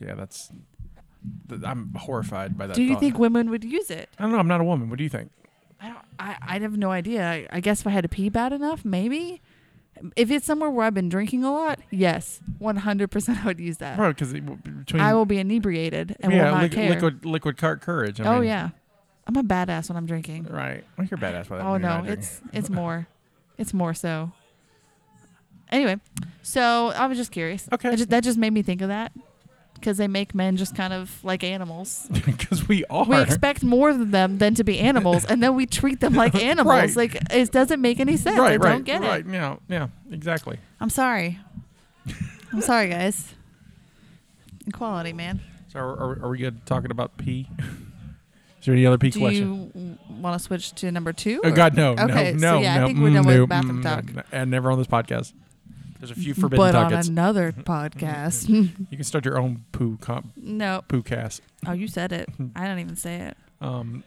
[SPEAKER 2] Yeah, that's. th- I'm horrified by that.
[SPEAKER 3] Do you
[SPEAKER 2] thought.
[SPEAKER 3] think women would use it?
[SPEAKER 2] I don't know. I'm not a woman. What do you think?
[SPEAKER 3] I don't. I, I have no idea. I, I guess if I had to pee bad enough, maybe. If it's somewhere where I've been drinking a lot, yes, 100% I would use that.
[SPEAKER 2] Probably because between
[SPEAKER 3] Uh, I will be inebriated and will
[SPEAKER 2] yeah,
[SPEAKER 3] not
[SPEAKER 2] liquid,
[SPEAKER 3] care.
[SPEAKER 2] liquid liquid cart courage. I
[SPEAKER 3] oh
[SPEAKER 2] mean,
[SPEAKER 3] yeah, I'm a badass when I'm drinking.
[SPEAKER 2] Right. Well, you're badass by that.
[SPEAKER 3] Oh
[SPEAKER 2] when you're not
[SPEAKER 3] no,
[SPEAKER 2] drinking.
[SPEAKER 3] it's it's more, it's more so. Anyway, so I was just curious.
[SPEAKER 2] Okay.
[SPEAKER 3] It just, that just made me think of that because they make men just kind of like animals.
[SPEAKER 2] because we are.
[SPEAKER 3] We expect more of them than to be animals, and then we treat them like animals.
[SPEAKER 2] Right.
[SPEAKER 3] Like it doesn't make any sense.
[SPEAKER 2] right.
[SPEAKER 3] I
[SPEAKER 2] right.
[SPEAKER 3] don't get
[SPEAKER 2] right.
[SPEAKER 3] it.
[SPEAKER 2] Yeah. Yeah. Exactly.
[SPEAKER 3] I'm sorry. I'm sorry, guys. Equality, man.
[SPEAKER 2] So are, are, are we good talking about pee? Is there any other pee
[SPEAKER 3] Do
[SPEAKER 2] question?
[SPEAKER 3] you want to switch to number two?
[SPEAKER 2] Oh
[SPEAKER 3] or-
[SPEAKER 2] God, no,
[SPEAKER 3] Okay, so
[SPEAKER 2] no, no,
[SPEAKER 3] yeah, I
[SPEAKER 2] no,
[SPEAKER 3] think we're done
[SPEAKER 2] mm,
[SPEAKER 3] with
[SPEAKER 2] no,
[SPEAKER 3] bathroom
[SPEAKER 2] mm,
[SPEAKER 3] talk.
[SPEAKER 2] no, and never on this podcast. There's a few forbidden
[SPEAKER 3] But
[SPEAKER 2] topics.
[SPEAKER 3] on another podcast.
[SPEAKER 2] you can start your own poo comp,
[SPEAKER 3] no.
[SPEAKER 2] poo cast.
[SPEAKER 3] Oh, you said it. I didn't even say it.
[SPEAKER 2] Um,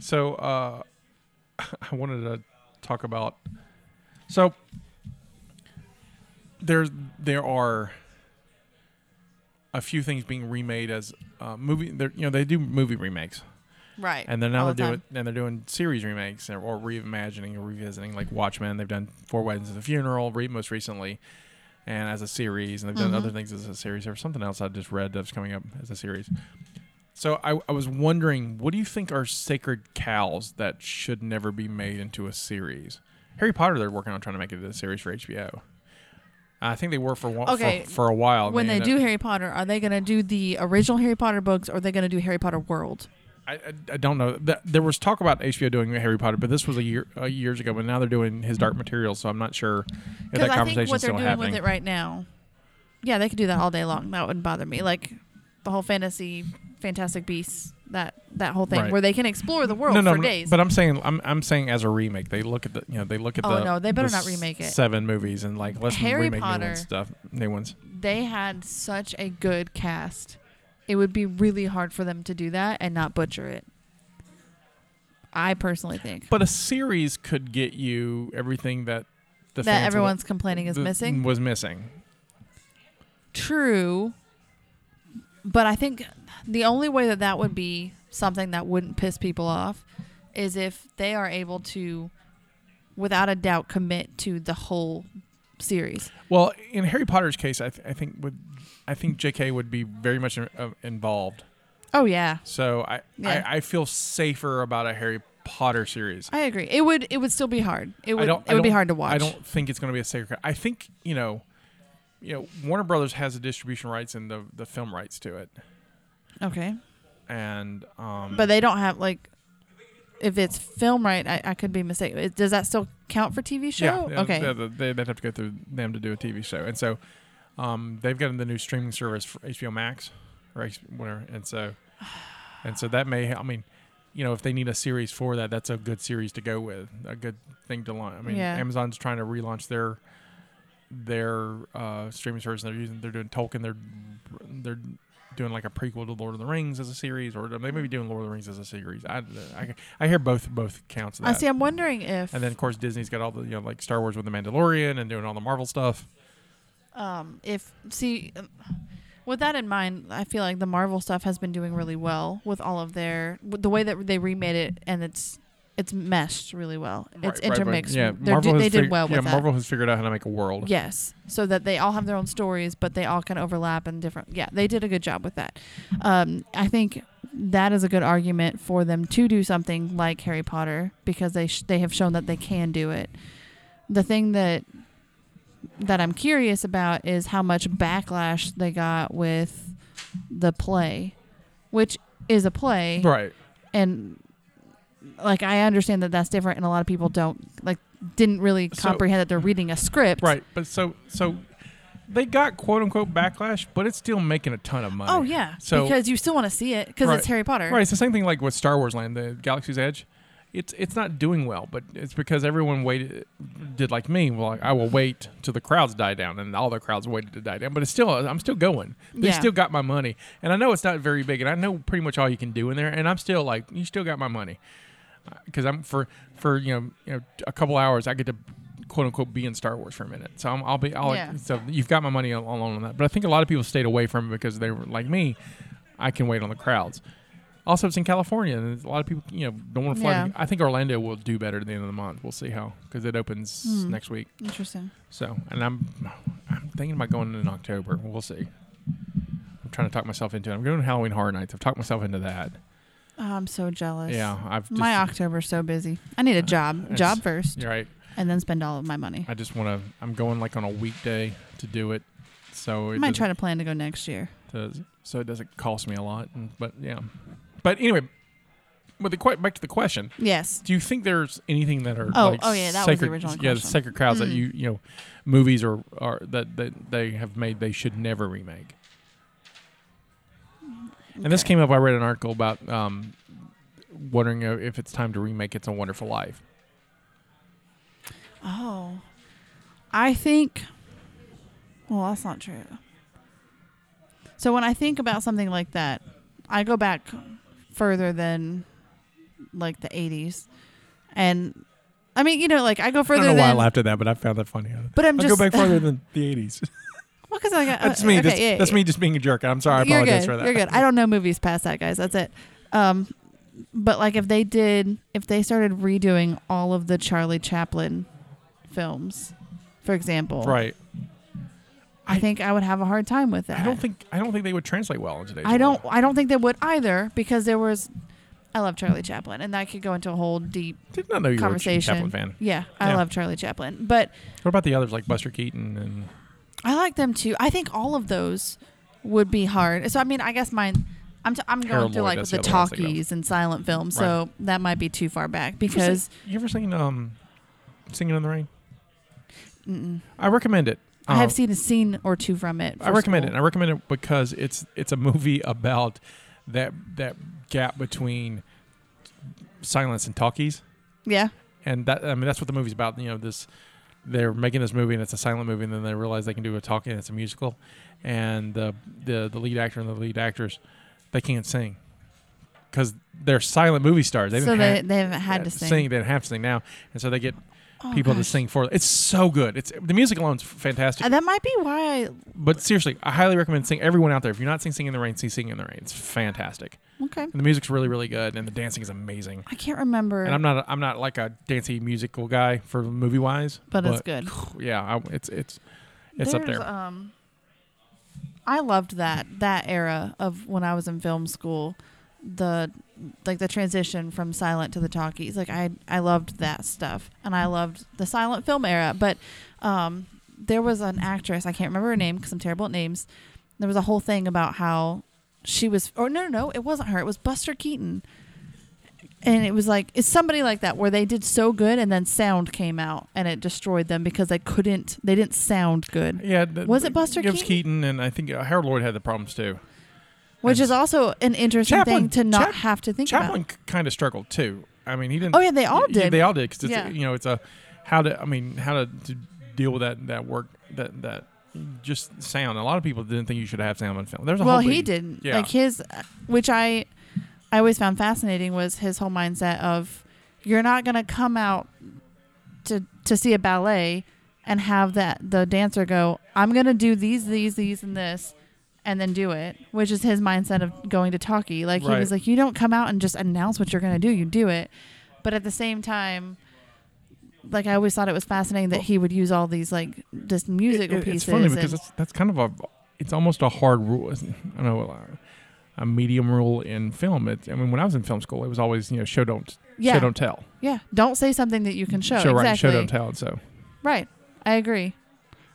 [SPEAKER 2] so uh, I wanted to talk about. So there's there are a few things being remade as uh, movie. They're, you know they do movie remakes,
[SPEAKER 3] Right.
[SPEAKER 2] and then now they're
[SPEAKER 3] all the
[SPEAKER 2] doing and they're doing series remakes or, or reimagining or revisiting like Watchmen. They've done Four Weddings and a Funeral re- most recently, and as a series, and they've done
[SPEAKER 3] Mhm.
[SPEAKER 2] other things as a series. There was something else I just read that's coming up as a series. So I, I was wondering, what do you think are sacred cows that should never be made into a series? Harry Potter, they're working on trying to make it into a series for HBO. I think they were for one,
[SPEAKER 3] Okay,
[SPEAKER 2] for, for a while. and
[SPEAKER 3] When they
[SPEAKER 2] ended
[SPEAKER 3] do
[SPEAKER 2] up-
[SPEAKER 3] Harry Potter, are they going to do the original Harry Potter books or are they going to do Harry Potter World?
[SPEAKER 2] I, I, I don't know. Th- There was talk about HBO doing Harry Potter, but this was a year uh, years ago. But now they're doing his Dark Materials, so I'm not sure if
[SPEAKER 3] Because
[SPEAKER 2] that
[SPEAKER 3] I think
[SPEAKER 2] conversation
[SPEAKER 3] what
[SPEAKER 2] is
[SPEAKER 3] they're
[SPEAKER 2] still
[SPEAKER 3] doing
[SPEAKER 2] happening.
[SPEAKER 3] with it right now, yeah, they could do that all day long. That wouldn't bother me. Like the whole fantasy, Fantastic Beasts, that that whole thing
[SPEAKER 2] Right.
[SPEAKER 3] where they can explore the world
[SPEAKER 2] no, no,
[SPEAKER 3] for
[SPEAKER 2] no,
[SPEAKER 3] days.
[SPEAKER 2] but I'm saying I'm, I'm saying as a remake, they look at the you know they look at
[SPEAKER 3] Oh,
[SPEAKER 2] the
[SPEAKER 3] no, they better
[SPEAKER 2] the
[SPEAKER 3] not remake it.
[SPEAKER 2] seven movies and like let's
[SPEAKER 3] Harry
[SPEAKER 2] remake new
[SPEAKER 3] Potter-
[SPEAKER 2] ones stuff new ones.
[SPEAKER 3] they had such a good cast. It would be really hard for them to do that and not butcher it. I personally think
[SPEAKER 2] But a series could get you everything that the
[SPEAKER 3] that
[SPEAKER 2] fans
[SPEAKER 3] everyone's complaining is
[SPEAKER 2] the-
[SPEAKER 3] missing.
[SPEAKER 2] was missing.
[SPEAKER 3] True. But I think the only way that that would be something that wouldn't piss people off is if they are able to, without a doubt, commit to the whole series.
[SPEAKER 2] Well, in Harry Potter's case, I, th- I think would I think J.K. would be very much in, uh, involved.
[SPEAKER 3] Oh, yeah.
[SPEAKER 2] So I,
[SPEAKER 3] Yeah.
[SPEAKER 2] I I feel safer about a Harry Potter series.
[SPEAKER 3] I agree. It would it would still be hard. It would
[SPEAKER 2] I don't.
[SPEAKER 3] it would
[SPEAKER 2] I
[SPEAKER 3] be
[SPEAKER 2] don't-
[SPEAKER 3] hard to watch.
[SPEAKER 2] I don't think it's going to be a sacred. I think you know, you know, Warner Brothers has the distribution rights and the the film rights to it,
[SPEAKER 3] Okay.
[SPEAKER 2] and um,
[SPEAKER 3] But they don't have like if it's film right, I, I could be mistaken. It- Does that still count for TV
[SPEAKER 2] yeah,
[SPEAKER 3] show?
[SPEAKER 2] yeah,
[SPEAKER 3] okay.
[SPEAKER 2] yeah, they, they'd have to go through them to do a TV show, and so um, they've gotten the new streaming service for HBO Max or H- whatever, and so and so that may. I mean, you know, if they need a series for that, that's a good series to go with, a good thing to launch. I mean,
[SPEAKER 3] Yeah.
[SPEAKER 2] Amazon's trying to relaunch their their uh, streaming service. They're using, they're doing Tolkien. They're they're doing like a prequel to Lord of the Rings as a series, or they may be doing Lord of the Rings as a series. I, I, I hear both both counts of
[SPEAKER 3] I
[SPEAKER 2] that.
[SPEAKER 3] see. I'm wondering if
[SPEAKER 2] and then of course Disney's got all the you know like Star Wars with the Mandalorian and doing all the Marvel stuff.
[SPEAKER 3] um if see um, with that in mind i feel like the marvel stuff has been doing really well with all of their with the way that they remade it and it's it's meshed really well it's
[SPEAKER 2] Right, right, right.
[SPEAKER 3] intermixed
[SPEAKER 2] Yeah,
[SPEAKER 3] They're do- they
[SPEAKER 2] has
[SPEAKER 3] did
[SPEAKER 2] fig-
[SPEAKER 3] well
[SPEAKER 2] Yeah,
[SPEAKER 3] with
[SPEAKER 2] Marvel has figured out how to make a world.
[SPEAKER 3] that yes so that they all have their own stories but they all can overlap and different yeah they did a good job with that um i think that is a good argument for them to do something like harry potter because they sh- they have shown that they can do it the thing that that I'm curious about is how much backlash they got with the play, which is a play,
[SPEAKER 2] Right.
[SPEAKER 3] and like I understand that that's different, and a lot of people don't like didn't really
[SPEAKER 2] So-
[SPEAKER 3] comprehend that they're reading a script.
[SPEAKER 2] Right, but so so they got quote unquote backlash, but it's still making a ton of money.
[SPEAKER 3] Oh yeah.
[SPEAKER 2] So-
[SPEAKER 3] because you still want to see it because
[SPEAKER 2] Right.
[SPEAKER 3] it's Harry Potter.
[SPEAKER 2] Right, it's the same thing like with Star Wars Land, the Galaxy's Edge. It's it's not doing well, but it's because everyone waited, did like me. Well, like, I will wait till the crowds die down, and all the crowds waited to die down. But it's still, I'm still going. They
[SPEAKER 3] Yeah.
[SPEAKER 2] still got my money, and I know it's not very big, and I know pretty much all you can do in there. And I'm still like, you still got my money, because I'm for for you know you know a couple hours I get to quote unquote be in Star Wars for a minute. So I'm, I'll be I'll,
[SPEAKER 3] Yeah.
[SPEAKER 2] so you've got my money al- alone on that. But I think a lot of people stayed away from it because they were like me. I can wait on the crowds. Also, it's in California, and a lot of people, you know, don't want to fly.
[SPEAKER 3] Yeah.
[SPEAKER 2] I think Orlando will do better at the end of the month. We'll see how, because it opens
[SPEAKER 3] Hmm.
[SPEAKER 2] next week.
[SPEAKER 3] Interesting.
[SPEAKER 2] So, and I'm, I'm thinking about going in October. We'll see. I'm trying to talk myself into it. I'm going to Halloween Horror Nights. I've talked myself into that.
[SPEAKER 3] Oh, I'm so jealous.
[SPEAKER 2] Yeah, I've just, Uh,
[SPEAKER 3] My October's so busy. I need a job.
[SPEAKER 2] It's-
[SPEAKER 3] Job 1st
[SPEAKER 2] You're right.
[SPEAKER 3] and then spend all of my money.
[SPEAKER 2] I just want to. I'm going like on a weekday to do it, so
[SPEAKER 3] I
[SPEAKER 2] it
[SPEAKER 3] might
[SPEAKER 2] doesn't-
[SPEAKER 3] try to plan to go next year.
[SPEAKER 2] does- so it doesn't cost me a lot. And, but yeah, but anyway, but the que- back to the question.
[SPEAKER 3] Yes.
[SPEAKER 2] Do you think there's anything that are
[SPEAKER 3] Oh,
[SPEAKER 2] like
[SPEAKER 3] oh, yeah, that was the
[SPEAKER 2] sacred,
[SPEAKER 3] original
[SPEAKER 2] yeah, the
[SPEAKER 3] question.
[SPEAKER 2] sacred crowds that
[SPEAKER 3] Mm.
[SPEAKER 2] you you know, movies or are that, that they have made they should never remake. And this
[SPEAKER 3] Okay.
[SPEAKER 2] came up. I read an article about um, wondering uh, if it's time to remake "It's a Wonderful Life."
[SPEAKER 3] Oh. I think well, that's not true. So when I think about something like that, I go back further than like the 80s. And I mean, you know, like I go further
[SPEAKER 2] I don't know why I
[SPEAKER 3] than
[SPEAKER 2] laughed at that, but I found that funny.
[SPEAKER 3] But I'm
[SPEAKER 2] I'll
[SPEAKER 3] just
[SPEAKER 2] go back farther than the '80s.
[SPEAKER 3] Well, 'cause I got
[SPEAKER 2] that's me.
[SPEAKER 3] okay,
[SPEAKER 2] that's,
[SPEAKER 3] yeah,
[SPEAKER 2] that's
[SPEAKER 3] yeah.
[SPEAKER 2] me just being a jerk. I'm sorry. I
[SPEAKER 3] You're
[SPEAKER 2] apologize
[SPEAKER 3] good.
[SPEAKER 2] for that.
[SPEAKER 3] You're good. I don't know movies past that, guys. That's it. Um, but like if they did, if they started redoing all of the Charlie Chaplin films, for example,
[SPEAKER 2] Right.
[SPEAKER 3] I think I would have a hard time with that.
[SPEAKER 2] I don't think I don't think they would translate well in today's.
[SPEAKER 3] I don't.
[SPEAKER 2] world.
[SPEAKER 3] I don't think they would either because there was. I love Charlie Chaplin, and that could go into a whole deep.
[SPEAKER 2] Did not know you were a Ch-
[SPEAKER 3] Conversation.
[SPEAKER 2] Chaplin fan.
[SPEAKER 3] Yeah, I
[SPEAKER 2] Yeah.
[SPEAKER 3] love Charlie Chaplin, but
[SPEAKER 2] What about the others like Buster Keaton and
[SPEAKER 3] I like them too. I think all of those would be hard. So I mean, I guess mine. I'm, t- I'm going
[SPEAKER 2] Harold
[SPEAKER 3] through
[SPEAKER 2] Lloyd,
[SPEAKER 3] like
[SPEAKER 2] that's
[SPEAKER 3] the
[SPEAKER 2] the other one I was thinking of.
[SPEAKER 3] talkies and silent films, so that might be too far back because
[SPEAKER 2] you ever seen um, Singing in the Rain?
[SPEAKER 3] mm-mm.
[SPEAKER 2] I recommend it.
[SPEAKER 3] I
[SPEAKER 2] Um,
[SPEAKER 3] have seen a scene or two from it.
[SPEAKER 2] I
[SPEAKER 3] for
[SPEAKER 2] recommend it.
[SPEAKER 3] school.
[SPEAKER 2] And I recommend it because it's it's a movie about that that gap between silence and talkies,
[SPEAKER 3] Yeah,
[SPEAKER 2] and that I mean that's what the movie's about. You know this. They're making this movie and it's a silent movie, and then they realize they can do a talkie and it's a musical, and the the, the lead actor and the lead actress, they can't sing, because they're silent movie stars. They
[SPEAKER 3] so
[SPEAKER 2] didn't
[SPEAKER 3] they,
[SPEAKER 2] have-
[SPEAKER 3] they haven't had to
[SPEAKER 2] sing.
[SPEAKER 3] sing.
[SPEAKER 2] They didn't have to sing now, and so they get
[SPEAKER 3] Oh,
[SPEAKER 2] people to
[SPEAKER 3] gosh.
[SPEAKER 2] sing for. It's so good. It's the music alone's fantastic.
[SPEAKER 3] Uh, That might be why.
[SPEAKER 2] But seriously, I highly recommend seeing everyone out there. If you're not seeing Singing in the Rain, see Singing in the Rain. It's fantastic.
[SPEAKER 3] I, okay,
[SPEAKER 2] And the music's really, really good, and the dancing is amazing.
[SPEAKER 3] I can't remember.
[SPEAKER 2] And I'm not, a, I'm not like a dancey musical guy for movie wise,
[SPEAKER 3] but, it's good.
[SPEAKER 2] Yeah, I, it's it's it's up
[SPEAKER 3] There's,
[SPEAKER 2] there.
[SPEAKER 3] Um, I loved that that era of when I was in film school, the like the transition from silent to the talkies. Like I I loved that stuff, and I loved the silent film era. But um, there was an actress I can't remember her name because I'm terrible at names. There was a whole thing about how she was, or no, no, no, it wasn't her. It was Buster Keaton. And it was like it's somebody like that where they did so good and then sound came out and it destroyed them because they couldn't they didn't sound good.
[SPEAKER 2] Yeah, the-
[SPEAKER 3] was it Buster
[SPEAKER 2] Gibbs
[SPEAKER 3] Keaton?
[SPEAKER 2] Keaton and I think uh, Harold Lloyd had the problems too.
[SPEAKER 3] which
[SPEAKER 2] And
[SPEAKER 3] is also an interesting
[SPEAKER 2] Chaplin-
[SPEAKER 3] thing to not
[SPEAKER 2] Chap-
[SPEAKER 3] have to think
[SPEAKER 2] Chaplin
[SPEAKER 3] about.
[SPEAKER 2] kind of struggled too. I mean, he didn't.
[SPEAKER 3] Oh, yeah, they all
[SPEAKER 2] Yeah,
[SPEAKER 3] did.
[SPEAKER 2] they all did because
[SPEAKER 3] Yeah.
[SPEAKER 2] it's you know it's a how to I mean how to, to deal with that that work that that just sound. A lot of people didn't think you should have sound on film. There's a
[SPEAKER 3] Well,
[SPEAKER 2] whole
[SPEAKER 3] he
[SPEAKER 2] big-
[SPEAKER 3] didn't.
[SPEAKER 2] Yeah.
[SPEAKER 3] Like his, which I, I always found fascinating was his whole mindset of, you're not gonna come out, to to see a ballet, and have that the dancer go, I'm gonna do these these these and this, and then do it, which is his mindset of going to talkie. Like he
[SPEAKER 2] Right.
[SPEAKER 3] was like, you don't come out and just announce what you're gonna do, you do it, but at the same time. Like I always thought it was fascinating that he would use all these like just musical
[SPEAKER 2] It- it-
[SPEAKER 3] pieces.
[SPEAKER 2] It's funny because
[SPEAKER 3] and-
[SPEAKER 2] that's, that's kind of a it's almost a hard rule. It's- I don't know uh, a, a medium rule in film. It, I mean, when I was in film school, it was always you know show don't
[SPEAKER 3] yeah,
[SPEAKER 2] show don't tell.
[SPEAKER 3] Yeah, don't say something that you can show.
[SPEAKER 2] right,
[SPEAKER 3] exactly.
[SPEAKER 2] show don't tell. And so
[SPEAKER 3] Right. I agree.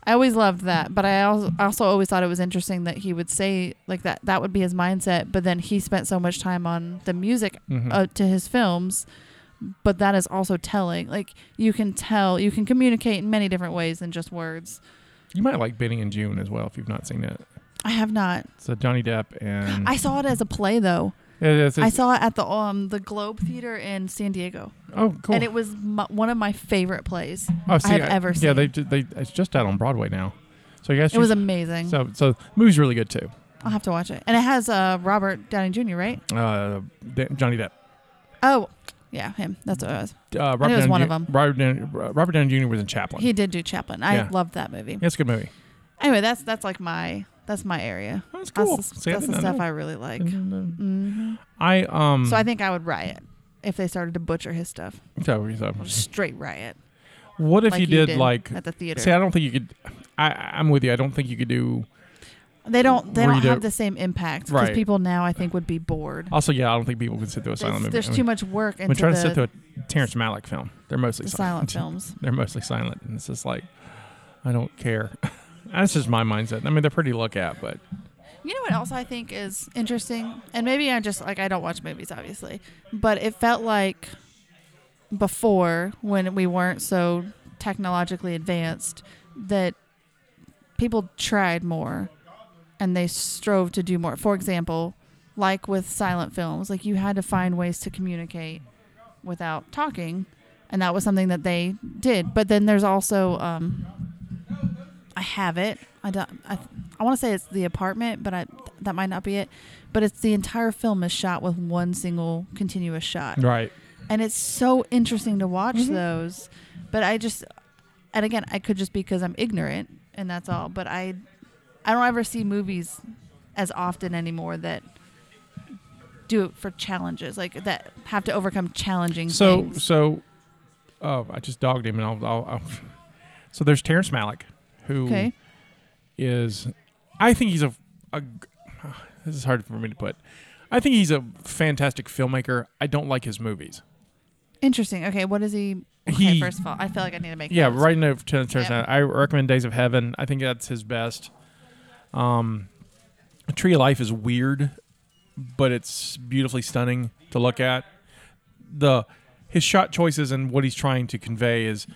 [SPEAKER 3] I always loved that, but I also, also always thought it was interesting that he would say like that that would be his mindset, but then he spent so much time on the music
[SPEAKER 2] mhm.
[SPEAKER 3] uh, to his films, but that is also telling. Like you can tell, you can communicate in many different ways than just words.
[SPEAKER 2] you might like Benny and June as well if you've not seen it.
[SPEAKER 3] I have not.
[SPEAKER 2] So Johnny Depp and
[SPEAKER 3] I saw it as a play though.
[SPEAKER 2] Yeah, it's-
[SPEAKER 3] I saw it at the um the Globe Theater in San Diego,
[SPEAKER 2] oh cool.
[SPEAKER 3] and it was m one of my favorite plays.
[SPEAKER 2] oh, see,
[SPEAKER 3] have ever
[SPEAKER 2] yeah,
[SPEAKER 3] seen.
[SPEAKER 2] they did- they it's just out on Broadway now. So you guys
[SPEAKER 3] It was amazing.
[SPEAKER 2] so so the movie's really good too.
[SPEAKER 3] I'll have to watch it, and it has uh Robert Downey Jr. right?
[SPEAKER 2] Uh, Da- Johnny Depp.
[SPEAKER 3] Oh, yeah, him. That's what it was.
[SPEAKER 2] Uh, Robert
[SPEAKER 3] it was
[SPEAKER 2] Downey
[SPEAKER 3] one
[SPEAKER 2] Ju-
[SPEAKER 3] of 'em.
[SPEAKER 2] Robert Downey, Robert Downey Jr. was in Chaplin.
[SPEAKER 3] He did do Chaplin. I
[SPEAKER 2] Yeah.
[SPEAKER 3] loved that movie.
[SPEAKER 2] yeah, it's a good movie.
[SPEAKER 3] Anyway, that's that's like my that's my area.
[SPEAKER 2] That's
[SPEAKER 3] That's
[SPEAKER 2] cool.
[SPEAKER 3] the,
[SPEAKER 2] See, I
[SPEAKER 3] that's the
[SPEAKER 2] didn't know.
[SPEAKER 3] stuff I really like.
[SPEAKER 2] Mm,
[SPEAKER 3] hmm
[SPEAKER 2] I um.
[SPEAKER 3] So I think I would riot if they started to butcher his stuff.
[SPEAKER 2] so- so-
[SPEAKER 3] Straight riot.
[SPEAKER 2] what if
[SPEAKER 3] like
[SPEAKER 2] you
[SPEAKER 3] you
[SPEAKER 2] did
[SPEAKER 3] did
[SPEAKER 2] like?
[SPEAKER 3] at the theater.
[SPEAKER 2] See, I don't think you could. I I'm with you. I don't think you could do.
[SPEAKER 3] they don't they
[SPEAKER 2] where
[SPEAKER 3] don't
[SPEAKER 2] you
[SPEAKER 3] have
[SPEAKER 2] don't-
[SPEAKER 3] the same impact because
[SPEAKER 2] Right.
[SPEAKER 3] people now I think would be bored.
[SPEAKER 2] Also, yeah, I don't think people could sit through a silent movie.
[SPEAKER 3] There's, there's
[SPEAKER 2] I mean,
[SPEAKER 3] too much work
[SPEAKER 2] When
[SPEAKER 3] into
[SPEAKER 2] trying to sit
[SPEAKER 3] the,
[SPEAKER 2] through a Terrence Malick film, they're mostly
[SPEAKER 3] the silent films.
[SPEAKER 2] They're mostly silent, and it's just like, I don't care. That's just my mindset. I mean, they're pretty to look at, but
[SPEAKER 3] You know what else I think is interesting? And maybe I just like I don't watch movies obviously, but it felt like before when we weren't so technologically advanced that people tried more and they strove to do more. For example, like with silent films, like you had to find ways to communicate without talking, and that was something that they did. But then there's also um I have it. I don't. I, I want to say it's the apartment, but I that might not be it. But it's the entire film is shot with one single continuous shot,
[SPEAKER 2] right.
[SPEAKER 3] and it's so interesting to watch those. But I just, and again, I could just be because I'm ignorant, and that's all. But I, I don't ever see movies as often anymore that do it for challenges, like that have to overcome challenging
[SPEAKER 2] So
[SPEAKER 3] things.
[SPEAKER 2] so, oh, I just dogged him, and I'll, I'll, I'll so there's Terrence Malick, who is,
[SPEAKER 3] Okay.
[SPEAKER 2] I think he's a, a g- this is hard for me to put. I think he's a fantastic filmmaker. I don't like his movies.
[SPEAKER 3] Interesting. Okay, what is he? Okay,
[SPEAKER 2] He-
[SPEAKER 3] first of all, I feel like I need to make
[SPEAKER 2] Yeah,
[SPEAKER 3] notes.
[SPEAKER 2] right now Terrence Terrence
[SPEAKER 3] Yep.
[SPEAKER 2] Malick. I recommend Days of Heaven. I think that's his best. Um, Tree of Life is weird, but it's beautifully stunning to look at. The his shot choices and what he's trying to convey is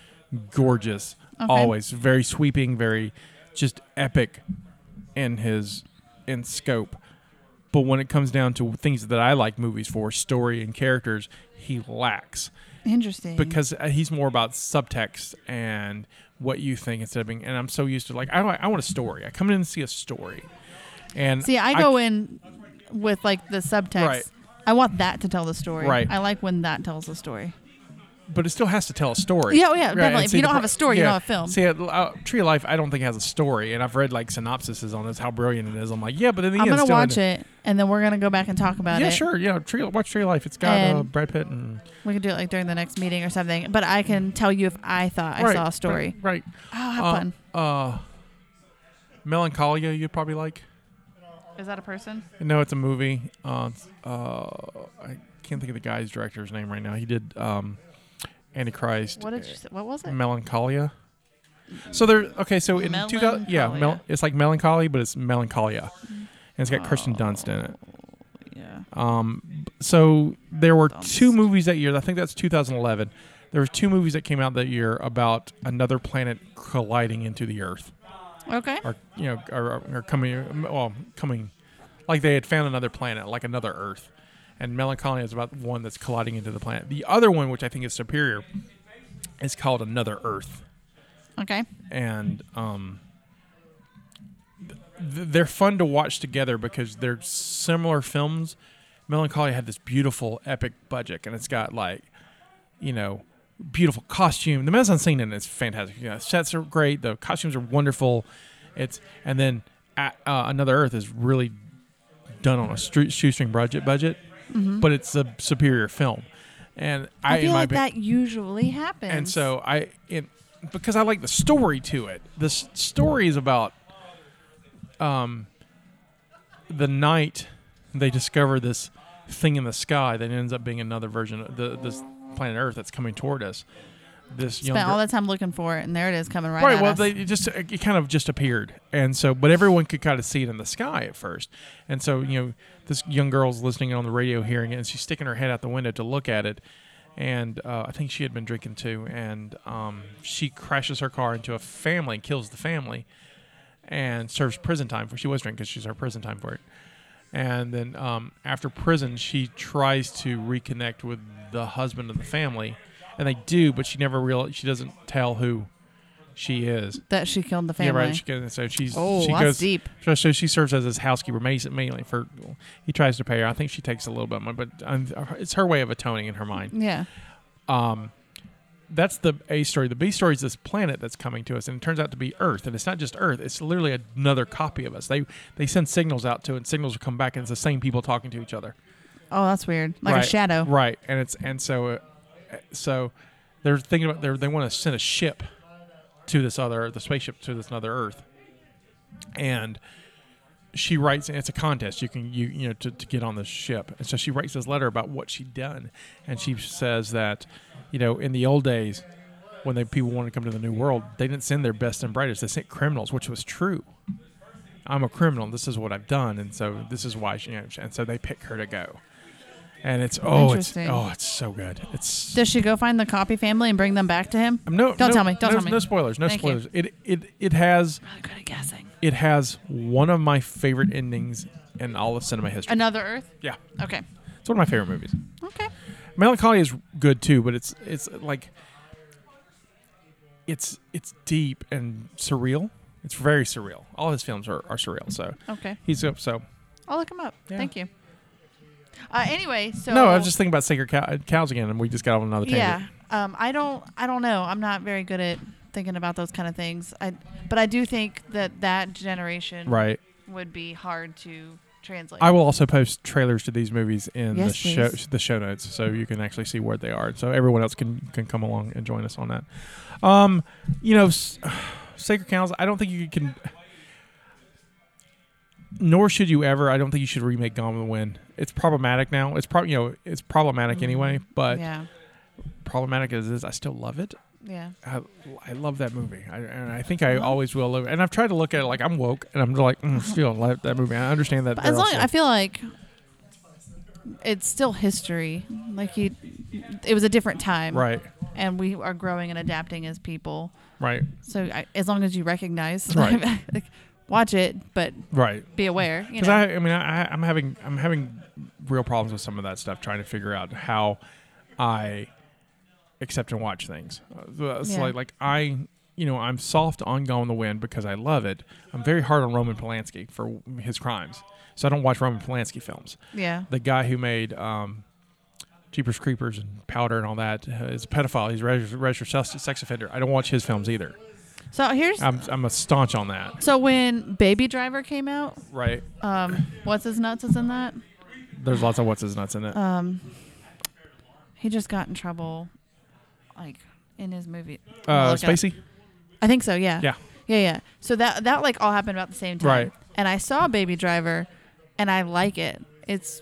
[SPEAKER 2] gorgeous.
[SPEAKER 3] Okay.
[SPEAKER 2] Always very sweeping, very just epic in his in scope. But when it comes down to things that I like movies for, story and characters, he lacks
[SPEAKER 3] Interesting.
[SPEAKER 2] because uh, he's more about subtext and what you think instead of being. And I'm so used to like I don't- I want a story. I come in and see a story. And
[SPEAKER 3] See, I go in with like the subtext.
[SPEAKER 2] Right.
[SPEAKER 3] I want that to tell the story.
[SPEAKER 2] Right.
[SPEAKER 3] I like when that tells the story.
[SPEAKER 2] but it still has to tell a story.
[SPEAKER 3] Yeah, oh, yeah,
[SPEAKER 2] Right,
[SPEAKER 3] definitely.
[SPEAKER 2] and
[SPEAKER 3] If
[SPEAKER 2] see,
[SPEAKER 3] you
[SPEAKER 2] the
[SPEAKER 3] don't
[SPEAKER 2] pro-
[SPEAKER 3] have a story, you don't have a film.
[SPEAKER 2] See, uh, uh, Tree of Life, I don't think has a story, and I've read like synopsises on this, how brilliant it is. I'm like, yeah, but in the
[SPEAKER 3] I'm
[SPEAKER 2] end,
[SPEAKER 3] gonna
[SPEAKER 2] it's still
[SPEAKER 3] watch
[SPEAKER 2] in-
[SPEAKER 3] it, and then we're gonna go back and talk about
[SPEAKER 2] Yeah,
[SPEAKER 3] it.
[SPEAKER 2] sure. Yeah, Tree watch Tree of Life. It's got uh,
[SPEAKER 3] And-
[SPEAKER 2] Brad Pitt and
[SPEAKER 3] We can do it like during the next meeting or something. But I can tell you if I thought I
[SPEAKER 2] Right,
[SPEAKER 3] saw a story.
[SPEAKER 2] right.
[SPEAKER 3] Oh, have
[SPEAKER 2] Uh,
[SPEAKER 3] fun.
[SPEAKER 2] Uh, Melancholia, you'd probably like.
[SPEAKER 3] Is that a person?
[SPEAKER 2] No, it's a movie. Uh, it's, uh, I can't think of the guy's director's name right now. He did um, Antichrist,
[SPEAKER 3] What did you? Say? What was it?
[SPEAKER 2] Melancholia. So there. Okay, so in 2000, yeah, mel-
[SPEAKER 3] Melancholia.
[SPEAKER 2] it's like melancholy, but it's melancholia, and it's got Kirsten
[SPEAKER 3] Oh.
[SPEAKER 2] Dunst in it.
[SPEAKER 3] Yeah.
[SPEAKER 2] Um, so there were two
[SPEAKER 3] Dunst.
[SPEAKER 2] movies that year. I think that's 2011. There was two movies that came out that year about another planet colliding into the Earth
[SPEAKER 3] Okay.
[SPEAKER 2] are you know are, are coming well coming like they had found another planet, like another Earth. And Melancholia is about one that's colliding into the planet. The other one, which I think is superior, is called Another Earth,
[SPEAKER 3] Okay.
[SPEAKER 2] and um, th- they're fun to watch together because they're similar films. Melancholia had this beautiful, epic budget, and it's got like, you know, beautiful costume. The mise en scene in it is fantastic. You know, sets are great. The costumes are wonderful. It's and then at, uh, Another Earth is really done on a stru- shoestring budget, budget, but it's a superior film. And I,
[SPEAKER 3] Mm-hmm. I,
[SPEAKER 2] in
[SPEAKER 3] feel
[SPEAKER 2] my
[SPEAKER 3] like
[SPEAKER 2] opi-
[SPEAKER 3] that usually happens.
[SPEAKER 2] and so I, it, because I like the story to it. The s- story is about um, the night they discover this thing in the sky that ends up being another version of the, this planet Earth that's coming toward us. This young
[SPEAKER 3] spent
[SPEAKER 2] girl-
[SPEAKER 3] all that time looking for it, and there it is coming right.
[SPEAKER 2] right.
[SPEAKER 3] at
[SPEAKER 2] well,
[SPEAKER 3] us.
[SPEAKER 2] they it just it kind of just appeared, and so but everyone could kind of see it in the sky at first, and so you know this young girl's listening on the radio, hearing it, and she's sticking her head out the window to look at it, and uh, I think she had been drinking too, and um, she crashes her car into a family, kills the family, and serves prison time for she was drinking because she served prison time for it, and then um, after prison she tries to reconnect with the husband of the family. And they do, but she never real. She doesn't tell who she is.
[SPEAKER 3] that she killed the family.
[SPEAKER 2] Yeah, right. She goes, so she's
[SPEAKER 3] oh,
[SPEAKER 2] she
[SPEAKER 3] that's
[SPEAKER 2] goes
[SPEAKER 3] deep.
[SPEAKER 2] so- So she serves as his housekeeper mas- mainly for. He tries to pay her. I think she takes a little bit of money, but um, it's her way of atoning in her mind.
[SPEAKER 3] Yeah.
[SPEAKER 2] Um, that's the A story. The B story is this planet that's coming to us, and it turns out to be Earth. And it's not just Earth; it's literally another copy of us. They they send signals out to, it, and signals will come back, and it's the same people talking to each other.
[SPEAKER 3] Oh, that's weird. Like
[SPEAKER 2] right,
[SPEAKER 3] a shadow.
[SPEAKER 2] right? And it's and so, uh, so they're thinking about they they want to send a ship to this other the spaceship to this another Earth, and she writes and it's a contest you can you you know to, to get on the ship and so she writes this letter about what she'd done and she says that you know in the old days when they people wanted to come to the new world they didn't send their best and brightest they sent criminals which was true i'm a criminal this is what i've done and so this is why she, you know, and so they pick her to go and it's oh it's
[SPEAKER 3] Interesting.
[SPEAKER 2] oh it's so good it's
[SPEAKER 3] Does she go find the copy family and bring them back to him?
[SPEAKER 2] no
[SPEAKER 3] Don't
[SPEAKER 2] no-
[SPEAKER 3] tell me. Don't
[SPEAKER 2] no,
[SPEAKER 3] tell me.
[SPEAKER 2] no spoilers no
[SPEAKER 3] Thank you.
[SPEAKER 2] spoilers it it it has
[SPEAKER 3] Really good at guessing.
[SPEAKER 2] it has one of my favorite endings in all of cinema history
[SPEAKER 3] Another Earth.
[SPEAKER 2] yeah
[SPEAKER 3] Okay.
[SPEAKER 2] it's one of my favorite movies
[SPEAKER 3] Okay.
[SPEAKER 2] Melancholy is good too, but it's it's like it's it's deep and surreal. It's very surreal. All his films are, are surreal. So
[SPEAKER 3] Okay.
[SPEAKER 2] he's up. So
[SPEAKER 3] I'll look him up.
[SPEAKER 2] Yeah.
[SPEAKER 3] Thank you. Uh, anyway, so
[SPEAKER 2] no, I was just thinking about sacred cow, cows again, and we just got on another tangent.
[SPEAKER 3] yeah. Um, I don't. I don't know. I'm not very good at thinking about those kind of things. I, but I do think that that generation
[SPEAKER 2] Right.
[SPEAKER 3] would be hard to translate.
[SPEAKER 2] I will also post trailers to these movies in
[SPEAKER 3] Yes,
[SPEAKER 2] the show
[SPEAKER 3] please.
[SPEAKER 2] the show notes, so you can actually see where they are. So everyone else can can come along and join us on that. Um, you know, s- sacred cows. I don't think you can. Nor should you ever. I don't think you should remake Gone with the Wind. It's problematic now. It's probably you know it's problematic anyway. But
[SPEAKER 3] Mm-hmm. yeah.
[SPEAKER 2] problematic as it is, I still love it.
[SPEAKER 3] Yeah.
[SPEAKER 2] I, I love that movie, I, and I think
[SPEAKER 3] Mm-hmm.
[SPEAKER 2] I always will love it. And I've tried to look at it like I'm woke, and I'm like mm, still love that movie. I understand that.
[SPEAKER 3] But
[SPEAKER 2] they're
[SPEAKER 3] as long
[SPEAKER 2] also-
[SPEAKER 3] I feel like it's still history. Like you, it was a different time,
[SPEAKER 2] right,
[SPEAKER 3] And we are growing and adapting as people.
[SPEAKER 2] right,
[SPEAKER 3] So I, as long as you recognize,
[SPEAKER 2] Right.
[SPEAKER 3] like, watch it, but
[SPEAKER 2] right.
[SPEAKER 3] be aware. You
[SPEAKER 2] Because
[SPEAKER 3] know,
[SPEAKER 2] I, I mean, I, I'm having I'm having real problems with some of that stuff, trying to figure out how I accept and watch things. Uh, It's
[SPEAKER 3] Yeah.
[SPEAKER 2] like like I, you know, I'm soft on Gone with the Wind because I love it. I'm very hard on Roman Polanski for his crimes, so I don't watch Roman Polanski films.
[SPEAKER 3] yeah,
[SPEAKER 2] The guy who made um, Jeepers Creepers and Powder and all that uh, is a pedophile. He's a registered, registered sex- sex offender. I don't watch his films either.
[SPEAKER 3] So here's
[SPEAKER 2] I'm I'm a staunch on that.
[SPEAKER 3] so when Baby Driver came out,
[SPEAKER 2] Right?
[SPEAKER 3] um, what's his nuts is in that.
[SPEAKER 2] There's lots of what's his nuts in it.
[SPEAKER 3] Um, he just got in trouble, like in his movie. I'll
[SPEAKER 2] Uh,
[SPEAKER 3] look it up.
[SPEAKER 2] Spacey.
[SPEAKER 3] I think so. Yeah.
[SPEAKER 2] Yeah.
[SPEAKER 3] Yeah. Yeah. So that that like all happened about the same time.
[SPEAKER 2] Right.
[SPEAKER 3] And I saw Baby Driver, and I like it. It's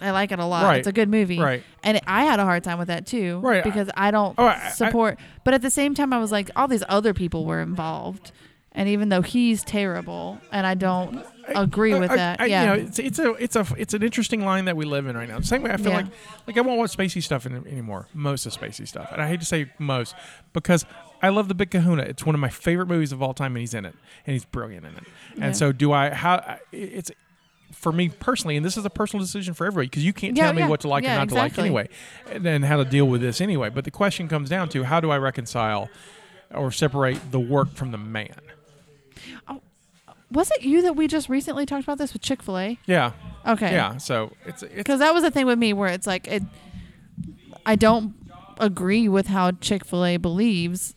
[SPEAKER 3] I like it a lot.
[SPEAKER 2] Right.
[SPEAKER 3] It's a good movie.
[SPEAKER 2] Right.
[SPEAKER 3] And I had a hard time with that too.
[SPEAKER 2] Right.
[SPEAKER 3] Because I don't
[SPEAKER 2] Oh, I- I-
[SPEAKER 3] support. but at the same time, I was like, all these other people were involved, and even though he's terrible, and I don't agree
[SPEAKER 2] I-
[SPEAKER 3] with
[SPEAKER 2] I-
[SPEAKER 3] that.
[SPEAKER 2] I-
[SPEAKER 3] yeah.
[SPEAKER 2] you know, it's, it's a it's a it's an interesting line that we live in right now. The same way I feel
[SPEAKER 3] Yeah.
[SPEAKER 2] like like I won't watch Spacey stuff any- anymore. Most of Spacey stuff, and I hate to say most because I love the Big Kahuna. It's one of my favorite movies of all time, and he's in it, and he's brilliant in it. And
[SPEAKER 3] Yeah.
[SPEAKER 2] so do I. How I- it's for me personally, and this is a personal decision for everybody because you can't
[SPEAKER 3] Yeah,
[SPEAKER 2] tell me
[SPEAKER 3] yeah.
[SPEAKER 2] what to like
[SPEAKER 3] Yeah,
[SPEAKER 2] and not
[SPEAKER 3] exactly.
[SPEAKER 2] to like anyway, and, and how to deal with this anyway. But the question comes down to how do I reconcile or separate the work from the man?
[SPEAKER 3] Was it you that we just recently talked about this with Chick Fil A?
[SPEAKER 2] Yeah,
[SPEAKER 3] Okay.
[SPEAKER 2] yeah. So it's it's
[SPEAKER 3] Because that was the thing with me where it's like it, I don't agree with how Chick Fil A believes,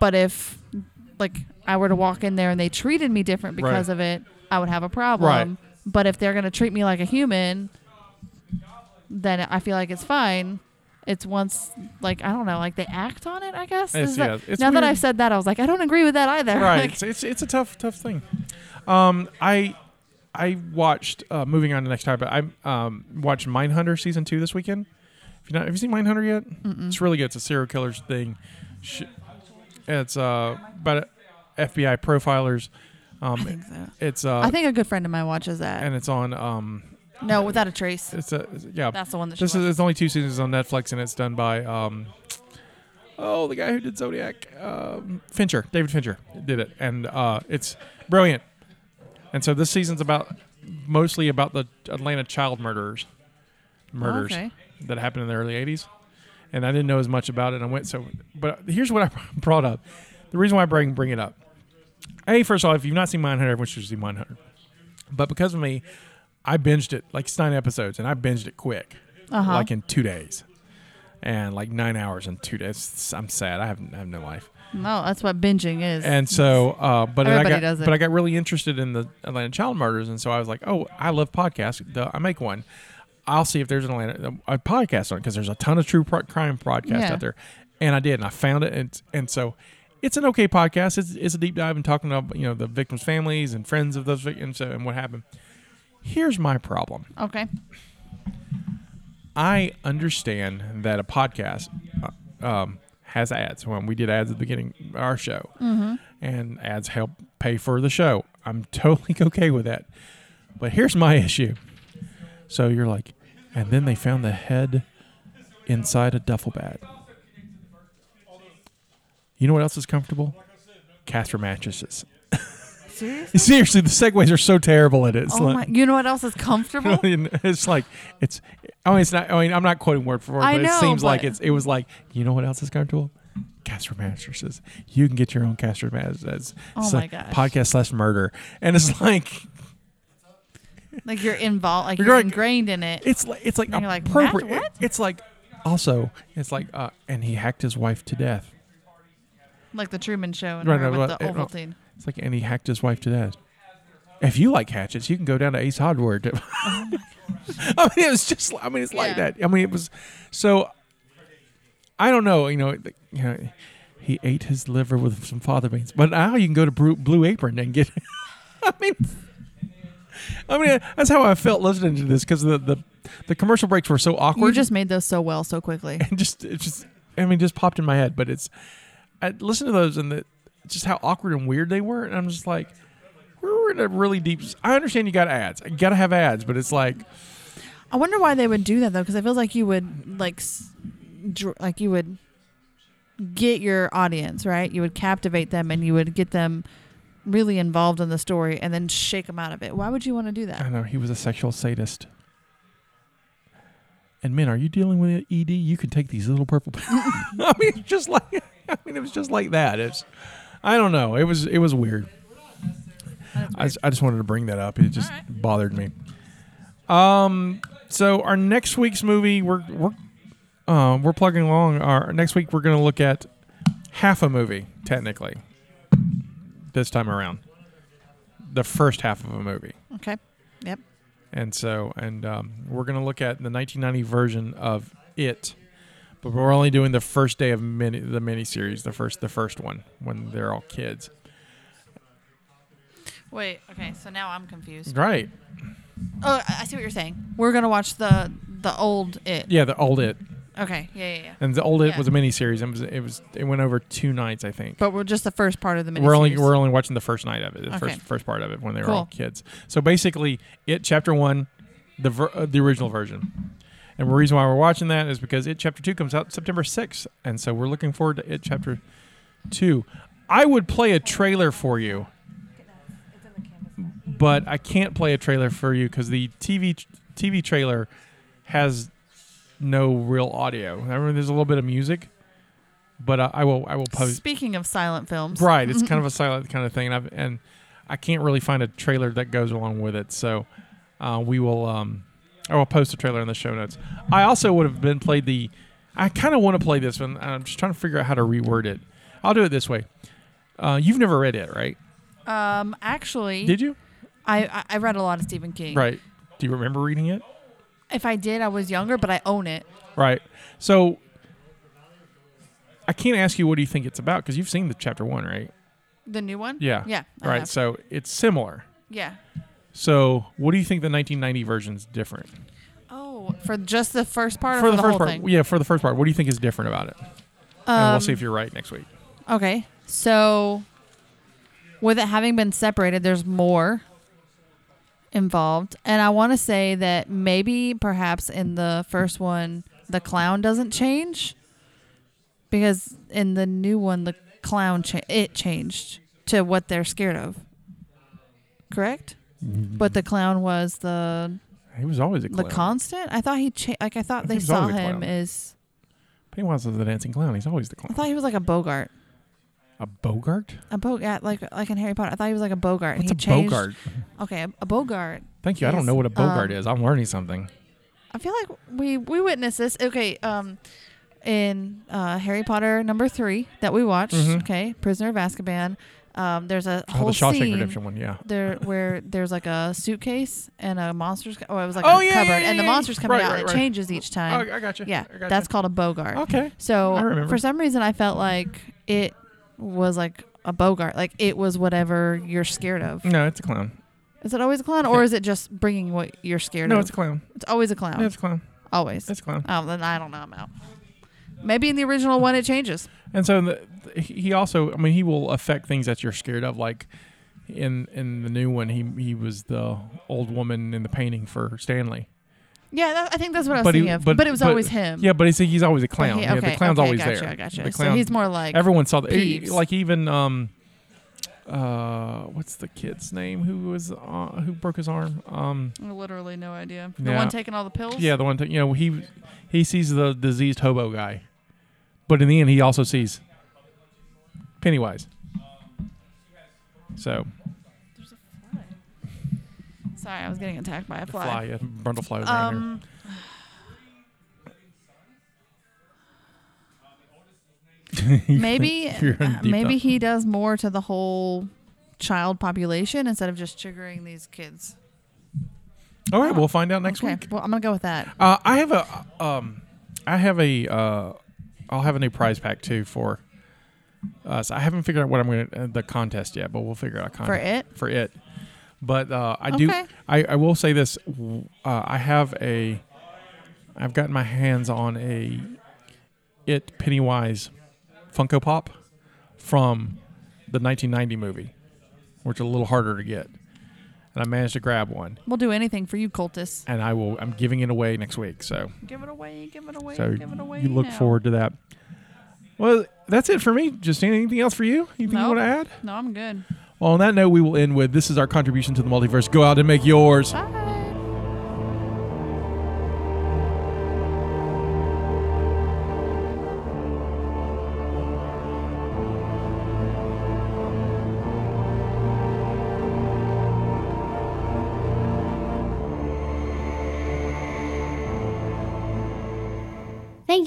[SPEAKER 3] but if like I were to walk in there and they treated me different because
[SPEAKER 2] Right.
[SPEAKER 3] of it, I would have a problem.
[SPEAKER 2] Right.
[SPEAKER 3] But if they're gonna treat me like a human, then I feel like it's fine. It's once like I don't know, like they act on it. I guess.
[SPEAKER 2] It's-
[SPEAKER 3] Is that-
[SPEAKER 2] yeah, it's
[SPEAKER 3] now that
[SPEAKER 2] weird.
[SPEAKER 3] I've said that, I was like, I don't agree with that either.
[SPEAKER 2] right.
[SPEAKER 3] Like,
[SPEAKER 2] it's, it's it's a tough tough thing. Um, I I watched uh, moving on to the next topic. I um watched Mindhunter season two this weekend. If you not, have you seen Mindhunter yet? It's really good. It's a serial killers thing. Sh- It's uh about FBI profilers.
[SPEAKER 3] I
[SPEAKER 2] Um,
[SPEAKER 3] think so.
[SPEAKER 2] it's uh
[SPEAKER 3] I think a good friend of mine watches that.
[SPEAKER 2] and it's on um
[SPEAKER 3] No, without a trace.
[SPEAKER 2] it's a yeah
[SPEAKER 3] That's the one that she
[SPEAKER 2] this is it's only two seasons on Netflix, and it's done by um, oh the guy who did Zodiac, um, Fincher, David Fincher did it, and uh, it's brilliant. And so this season's about mostly about the Atlanta child murderers, murders
[SPEAKER 3] Okay.
[SPEAKER 2] that happened in the early '80s, and I didn't know as much about it. And I went so, but here's what I brought up. The reason why I bring bring it up. A, first of all, if you've not seen Mindhunter, everyone should see Mindhunter. But because of me, I binged it like it's nine episodes, and I binged it quick
[SPEAKER 3] Uh-huh.
[SPEAKER 2] like in two days, and like nine hours in two days. I'm sad. I have I have no life,
[SPEAKER 3] No, that's what binging is.
[SPEAKER 2] and so uh, but then I
[SPEAKER 3] Everybody
[SPEAKER 2] got
[SPEAKER 3] does it.
[SPEAKER 2] but I got really interested in the Atlanta child murders, and so I was like, oh, I love podcasts. Duh, I make one. I'll see if there's an Atlanta a podcast on because there's a ton of true pro- crime podcasts
[SPEAKER 3] Yeah.
[SPEAKER 2] out there, and I did, and I found it, and and so. It's an okay podcast. It's, it's a deep dive and talking about you know the victims' families and friends of those victims and, so, and what happened. Here's my problem.
[SPEAKER 3] okay.
[SPEAKER 2] I understand that a podcast uh, um, has ads. When we did ads at the beginning of our show,
[SPEAKER 3] Mm-hmm.
[SPEAKER 2] and ads help pay for the show. I'm totally okay with that. But here's my issue. So you're like, and then they found the head inside a duffel bag. You know what else is comfortable? Casper mattresses.
[SPEAKER 3] Seriously?
[SPEAKER 2] Seriously, the segues are so terrible at it. It's
[SPEAKER 3] Oh
[SPEAKER 2] like-
[SPEAKER 3] my, you know what else is
[SPEAKER 2] I
[SPEAKER 3] comfortable?
[SPEAKER 2] mean, it's like it's. I mean, it's not. I mean, I'm not quoting word for word,
[SPEAKER 3] I
[SPEAKER 2] but it
[SPEAKER 3] know,
[SPEAKER 2] seems like
[SPEAKER 3] but-
[SPEAKER 2] it's. It was like you know what else is comfortable? Castor Masters. You can get your own Castor Masters.
[SPEAKER 3] Oh my gosh.
[SPEAKER 2] Podcast slash murder, and it's like
[SPEAKER 3] like you're involved, like
[SPEAKER 2] You're
[SPEAKER 3] you're,
[SPEAKER 2] like-
[SPEAKER 3] ingrained in it.
[SPEAKER 2] it's like it's like
[SPEAKER 3] And you're like,
[SPEAKER 2] appropriate.
[SPEAKER 3] "Matt, what?"
[SPEAKER 2] It's like also it's like uh, and he hacked his wife to death.
[SPEAKER 3] Like the Truman Show and
[SPEAKER 2] Right,
[SPEAKER 3] her
[SPEAKER 2] no,
[SPEAKER 3] with
[SPEAKER 2] but
[SPEAKER 3] the
[SPEAKER 2] it-
[SPEAKER 3] Ovaltine.
[SPEAKER 2] It's like and he hacked his wife to death. If you like hatchets, you can go down to Ace Hardware. to- I mean, it was just. I mean, it's like
[SPEAKER 3] Yeah.
[SPEAKER 2] that. I mean, it was. So, I don't know. You know, the- you know, he ate his liver with some fava beans. But now you can go to Bru- Blue Apron and get. I mean, I mean, that's how I felt listening to this because the, the the commercial breaks were so awkward.
[SPEAKER 3] You just made those so well so quickly.
[SPEAKER 2] and just it just. I mean, just popped in my head. But it's. I listened to those and the just how awkward and weird they were, and I'm just like. We're in a really deep. I understand you got ads. You got to have ads, but it's like
[SPEAKER 3] I wonder why they would do that though, because I feel like you would like, s- dr- like you would get your audience right. You would captivate them and you would get them really involved in the story and then shake them out of it. Why would you want to do
[SPEAKER 2] I
[SPEAKER 3] that?
[SPEAKER 2] know he was a sexual sadist. And men, are you dealing with ED? You can take these little purple. I mean, it's just like I mean, it was just like that. It's I don't know. It was it was weird. I, just- I just wanted to bring that up. It just bothered me. Um. So our next week's movie, we're we're um, we're plugging along. Our next week, we're going to look at half a movie technically. This time around, the first half of a movie.
[SPEAKER 3] Okay. Yep.
[SPEAKER 2] And so, and um, we're going to look at the 1990 version of it, but we're only doing the first day of mini, the miniseries, the first, the first one when they're all kids.
[SPEAKER 3] Wait. Okay. So now I'm confused.
[SPEAKER 2] Right?
[SPEAKER 3] Oh, I I see what you're saying. We're gonna watch the the old it.
[SPEAKER 2] Yeah, the old it,
[SPEAKER 3] Okay. Yeah. Yeah. Yeah.
[SPEAKER 2] and the old it
[SPEAKER 3] Yeah.
[SPEAKER 2] was a miniseries. It was, it was, it went over two nights, I think.
[SPEAKER 3] But we're just the first part of the miniseries.
[SPEAKER 2] We're only we're only watching the first night of it, the
[SPEAKER 3] Okay.
[SPEAKER 2] first first part of it when they were
[SPEAKER 3] Cool.
[SPEAKER 2] all kids. So basically, it chapter one, the ver- uh, the original version, and the reason why we're watching that is because it chapter two comes out September sixth, and so we're looking forward to it chapter two. I would play a trailer for you, but I can't play a trailer for you because the TV tr- TV trailer has no real audio. I remember there's a little bit of music, but I, I will I will post.
[SPEAKER 3] Speaking of silent films,
[SPEAKER 2] Right, it's kind of a silent kind of thing, and, I've, and I can't really find a trailer that goes along with it. So uh, we will um, I will post a trailer in the show notes. I also would have been played the. I kind of want to play this one. and I'm just trying to figure out how to reword it. I'll do it this way. Uh, you've never read it, right?
[SPEAKER 3] Um, actually,
[SPEAKER 2] Did you?
[SPEAKER 3] I I- I read a lot of Stephen King.
[SPEAKER 2] Right. Do you remember reading it?
[SPEAKER 3] If I did, I was younger, but I own it.
[SPEAKER 2] Right. So I can't ask you what do you think it's about because you've seen the chapter one, right?
[SPEAKER 3] The new one.
[SPEAKER 2] Yeah.
[SPEAKER 3] Yeah. I
[SPEAKER 2] Right.
[SPEAKER 3] have.
[SPEAKER 2] So it's similar.
[SPEAKER 3] Yeah.
[SPEAKER 2] So what do you think the 1990 version's different
[SPEAKER 3] Oh, for just the first part or for the,
[SPEAKER 2] first
[SPEAKER 3] whole
[SPEAKER 2] part?
[SPEAKER 3] thing? Um,
[SPEAKER 2] Yeah, for the first part. What do you think is different about it? and we'll see if you're right next week.
[SPEAKER 3] Okay. So, with it having been separated, there's more involved. And I want to say that maybe, perhaps, in the first one, the clown doesn't change. Because in the new one, the clown, cha- it changed to what they're scared of. Correct?
[SPEAKER 2] Mm-hmm.
[SPEAKER 3] But the clown was the
[SPEAKER 2] He was always a
[SPEAKER 3] the
[SPEAKER 2] clown.
[SPEAKER 3] constant. I thought he cha- like I thought
[SPEAKER 2] I
[SPEAKER 3] they
[SPEAKER 2] think he was
[SPEAKER 3] saw
[SPEAKER 2] always a
[SPEAKER 3] him
[SPEAKER 2] clown.
[SPEAKER 3] as
[SPEAKER 2] Pennywise is the dancing clown. He's always the
[SPEAKER 3] I
[SPEAKER 2] clown.
[SPEAKER 3] thought he was like a Bogart,
[SPEAKER 2] A Bogart?
[SPEAKER 3] a Bogart like like in Harry Potter. I thought he was like a Bogart. and
[SPEAKER 2] What's
[SPEAKER 3] he
[SPEAKER 2] a
[SPEAKER 3] changed-
[SPEAKER 2] Bogart?
[SPEAKER 3] Okay, a- a Bogart.
[SPEAKER 2] Thank you. I don't
[SPEAKER 3] is,
[SPEAKER 2] know what a Bogart
[SPEAKER 3] um,
[SPEAKER 2] is. I'm learning something.
[SPEAKER 3] I feel like we we witnessed this. Okay, um, in uh, Harry Potter number three that we watched.
[SPEAKER 2] Mhm.
[SPEAKER 3] Okay, Prisoner of Azkaban. Um, there's a
[SPEAKER 2] Oh,
[SPEAKER 3] whole
[SPEAKER 2] the Shawshank
[SPEAKER 3] scene
[SPEAKER 2] Redemption one. Yeah.
[SPEAKER 3] there where there's like a suitcase and a monster's. co- Oh, it was like
[SPEAKER 2] Oh,
[SPEAKER 3] a
[SPEAKER 2] yeah,
[SPEAKER 3] cupboard,
[SPEAKER 2] yeah, yeah,
[SPEAKER 3] and the
[SPEAKER 2] yeah.
[SPEAKER 3] monster's coming
[SPEAKER 2] Right,
[SPEAKER 3] out.
[SPEAKER 2] right,
[SPEAKER 3] and it
[SPEAKER 2] right.
[SPEAKER 3] changes each
[SPEAKER 2] Oh,
[SPEAKER 3] time.
[SPEAKER 2] I got you.
[SPEAKER 3] yeah,
[SPEAKER 2] I gotcha.
[SPEAKER 3] that's called a Bogart.
[SPEAKER 2] okay.
[SPEAKER 3] So
[SPEAKER 2] I remember.
[SPEAKER 3] for some reason, I felt like it was like a Bogart. Like it was whatever you're scared of.
[SPEAKER 2] No, it's a clown.
[SPEAKER 3] Is it always a clown, or is it just bringing what you're scared
[SPEAKER 2] No,
[SPEAKER 3] of?
[SPEAKER 2] it's a clown.
[SPEAKER 3] It's always a clown.
[SPEAKER 2] Yeah, it's a clown.
[SPEAKER 3] always.
[SPEAKER 2] It's a clown.
[SPEAKER 3] Oh, then I don't know. I'm out. Maybe in the original one it changes.
[SPEAKER 2] And so the, he also, I mean, he will affect things that you're scared of. Like in in the new one, he he was the old woman in the painting for Stanley.
[SPEAKER 3] Yeah, that, I think that's what I was
[SPEAKER 2] But he-
[SPEAKER 3] thinking of. But,
[SPEAKER 2] but-
[SPEAKER 3] it was
[SPEAKER 2] but-
[SPEAKER 3] always him.
[SPEAKER 2] Yeah, but he's he's always a
[SPEAKER 3] Um, But
[SPEAKER 2] clown.
[SPEAKER 3] he-
[SPEAKER 2] yeah, the clown's
[SPEAKER 3] okay,
[SPEAKER 2] always
[SPEAKER 3] gotcha,
[SPEAKER 2] there.
[SPEAKER 3] Gotcha.
[SPEAKER 2] The
[SPEAKER 3] so
[SPEAKER 2] clown-
[SPEAKER 3] he's more like
[SPEAKER 2] Everyone saw that.
[SPEAKER 3] Peeves.
[SPEAKER 2] Like even um, uh, what's the kid's name who was uh, who broke his arm? Um,
[SPEAKER 3] literally no idea. The
[SPEAKER 2] Yeah.
[SPEAKER 3] one taking all the pills.
[SPEAKER 2] yeah, the one thing you know he he sees the diseased hobo guy, but in the end he also sees Pennywise. So
[SPEAKER 3] There's a fly. Sorry, I was getting attacked by a
[SPEAKER 2] The
[SPEAKER 3] fly.
[SPEAKER 2] fly, yeah. Brundle fly was around here.
[SPEAKER 3] Um, Um, maybe
[SPEAKER 2] You're in
[SPEAKER 3] uh,
[SPEAKER 2] deep
[SPEAKER 3] maybe
[SPEAKER 2] thought.
[SPEAKER 3] he does more to the whole child population instead of just triggering these kids.
[SPEAKER 2] All right, we'll find out next
[SPEAKER 3] uh, okay.
[SPEAKER 2] week.
[SPEAKER 3] Well, I'm gonna go with that.
[SPEAKER 2] Uh, I have a, um, I have a, uh, I'll have a new prize pack too for us. I haven't figured out what I'm going to uh, the contest yet, but we'll figure out a
[SPEAKER 3] For
[SPEAKER 2] contest
[SPEAKER 3] it,
[SPEAKER 2] for it. But uh, I do.
[SPEAKER 3] Okay.
[SPEAKER 2] I, I will say this. w- Uh, I have a. I've gotten my hands on a, it Pennywise, Funko Pop, from, the 1990 movie, which is a little harder to get, and I managed to grab one,
[SPEAKER 3] we'll do anything for you, cultists.
[SPEAKER 2] and I will. I'm giving it away next week. So.
[SPEAKER 3] Give it away, give it away,
[SPEAKER 2] So
[SPEAKER 3] give it away.
[SPEAKER 2] you look
[SPEAKER 3] now.
[SPEAKER 2] forward to that. Well, that's it for me. Justine, anything else for you? Anything you
[SPEAKER 3] Nope.
[SPEAKER 2] want to add?
[SPEAKER 3] No, I'm good.
[SPEAKER 2] Well, on that note, we will end with this is our contribution to the multiverse. Go out and make yours.
[SPEAKER 3] Bye.
[SPEAKER 1] Thank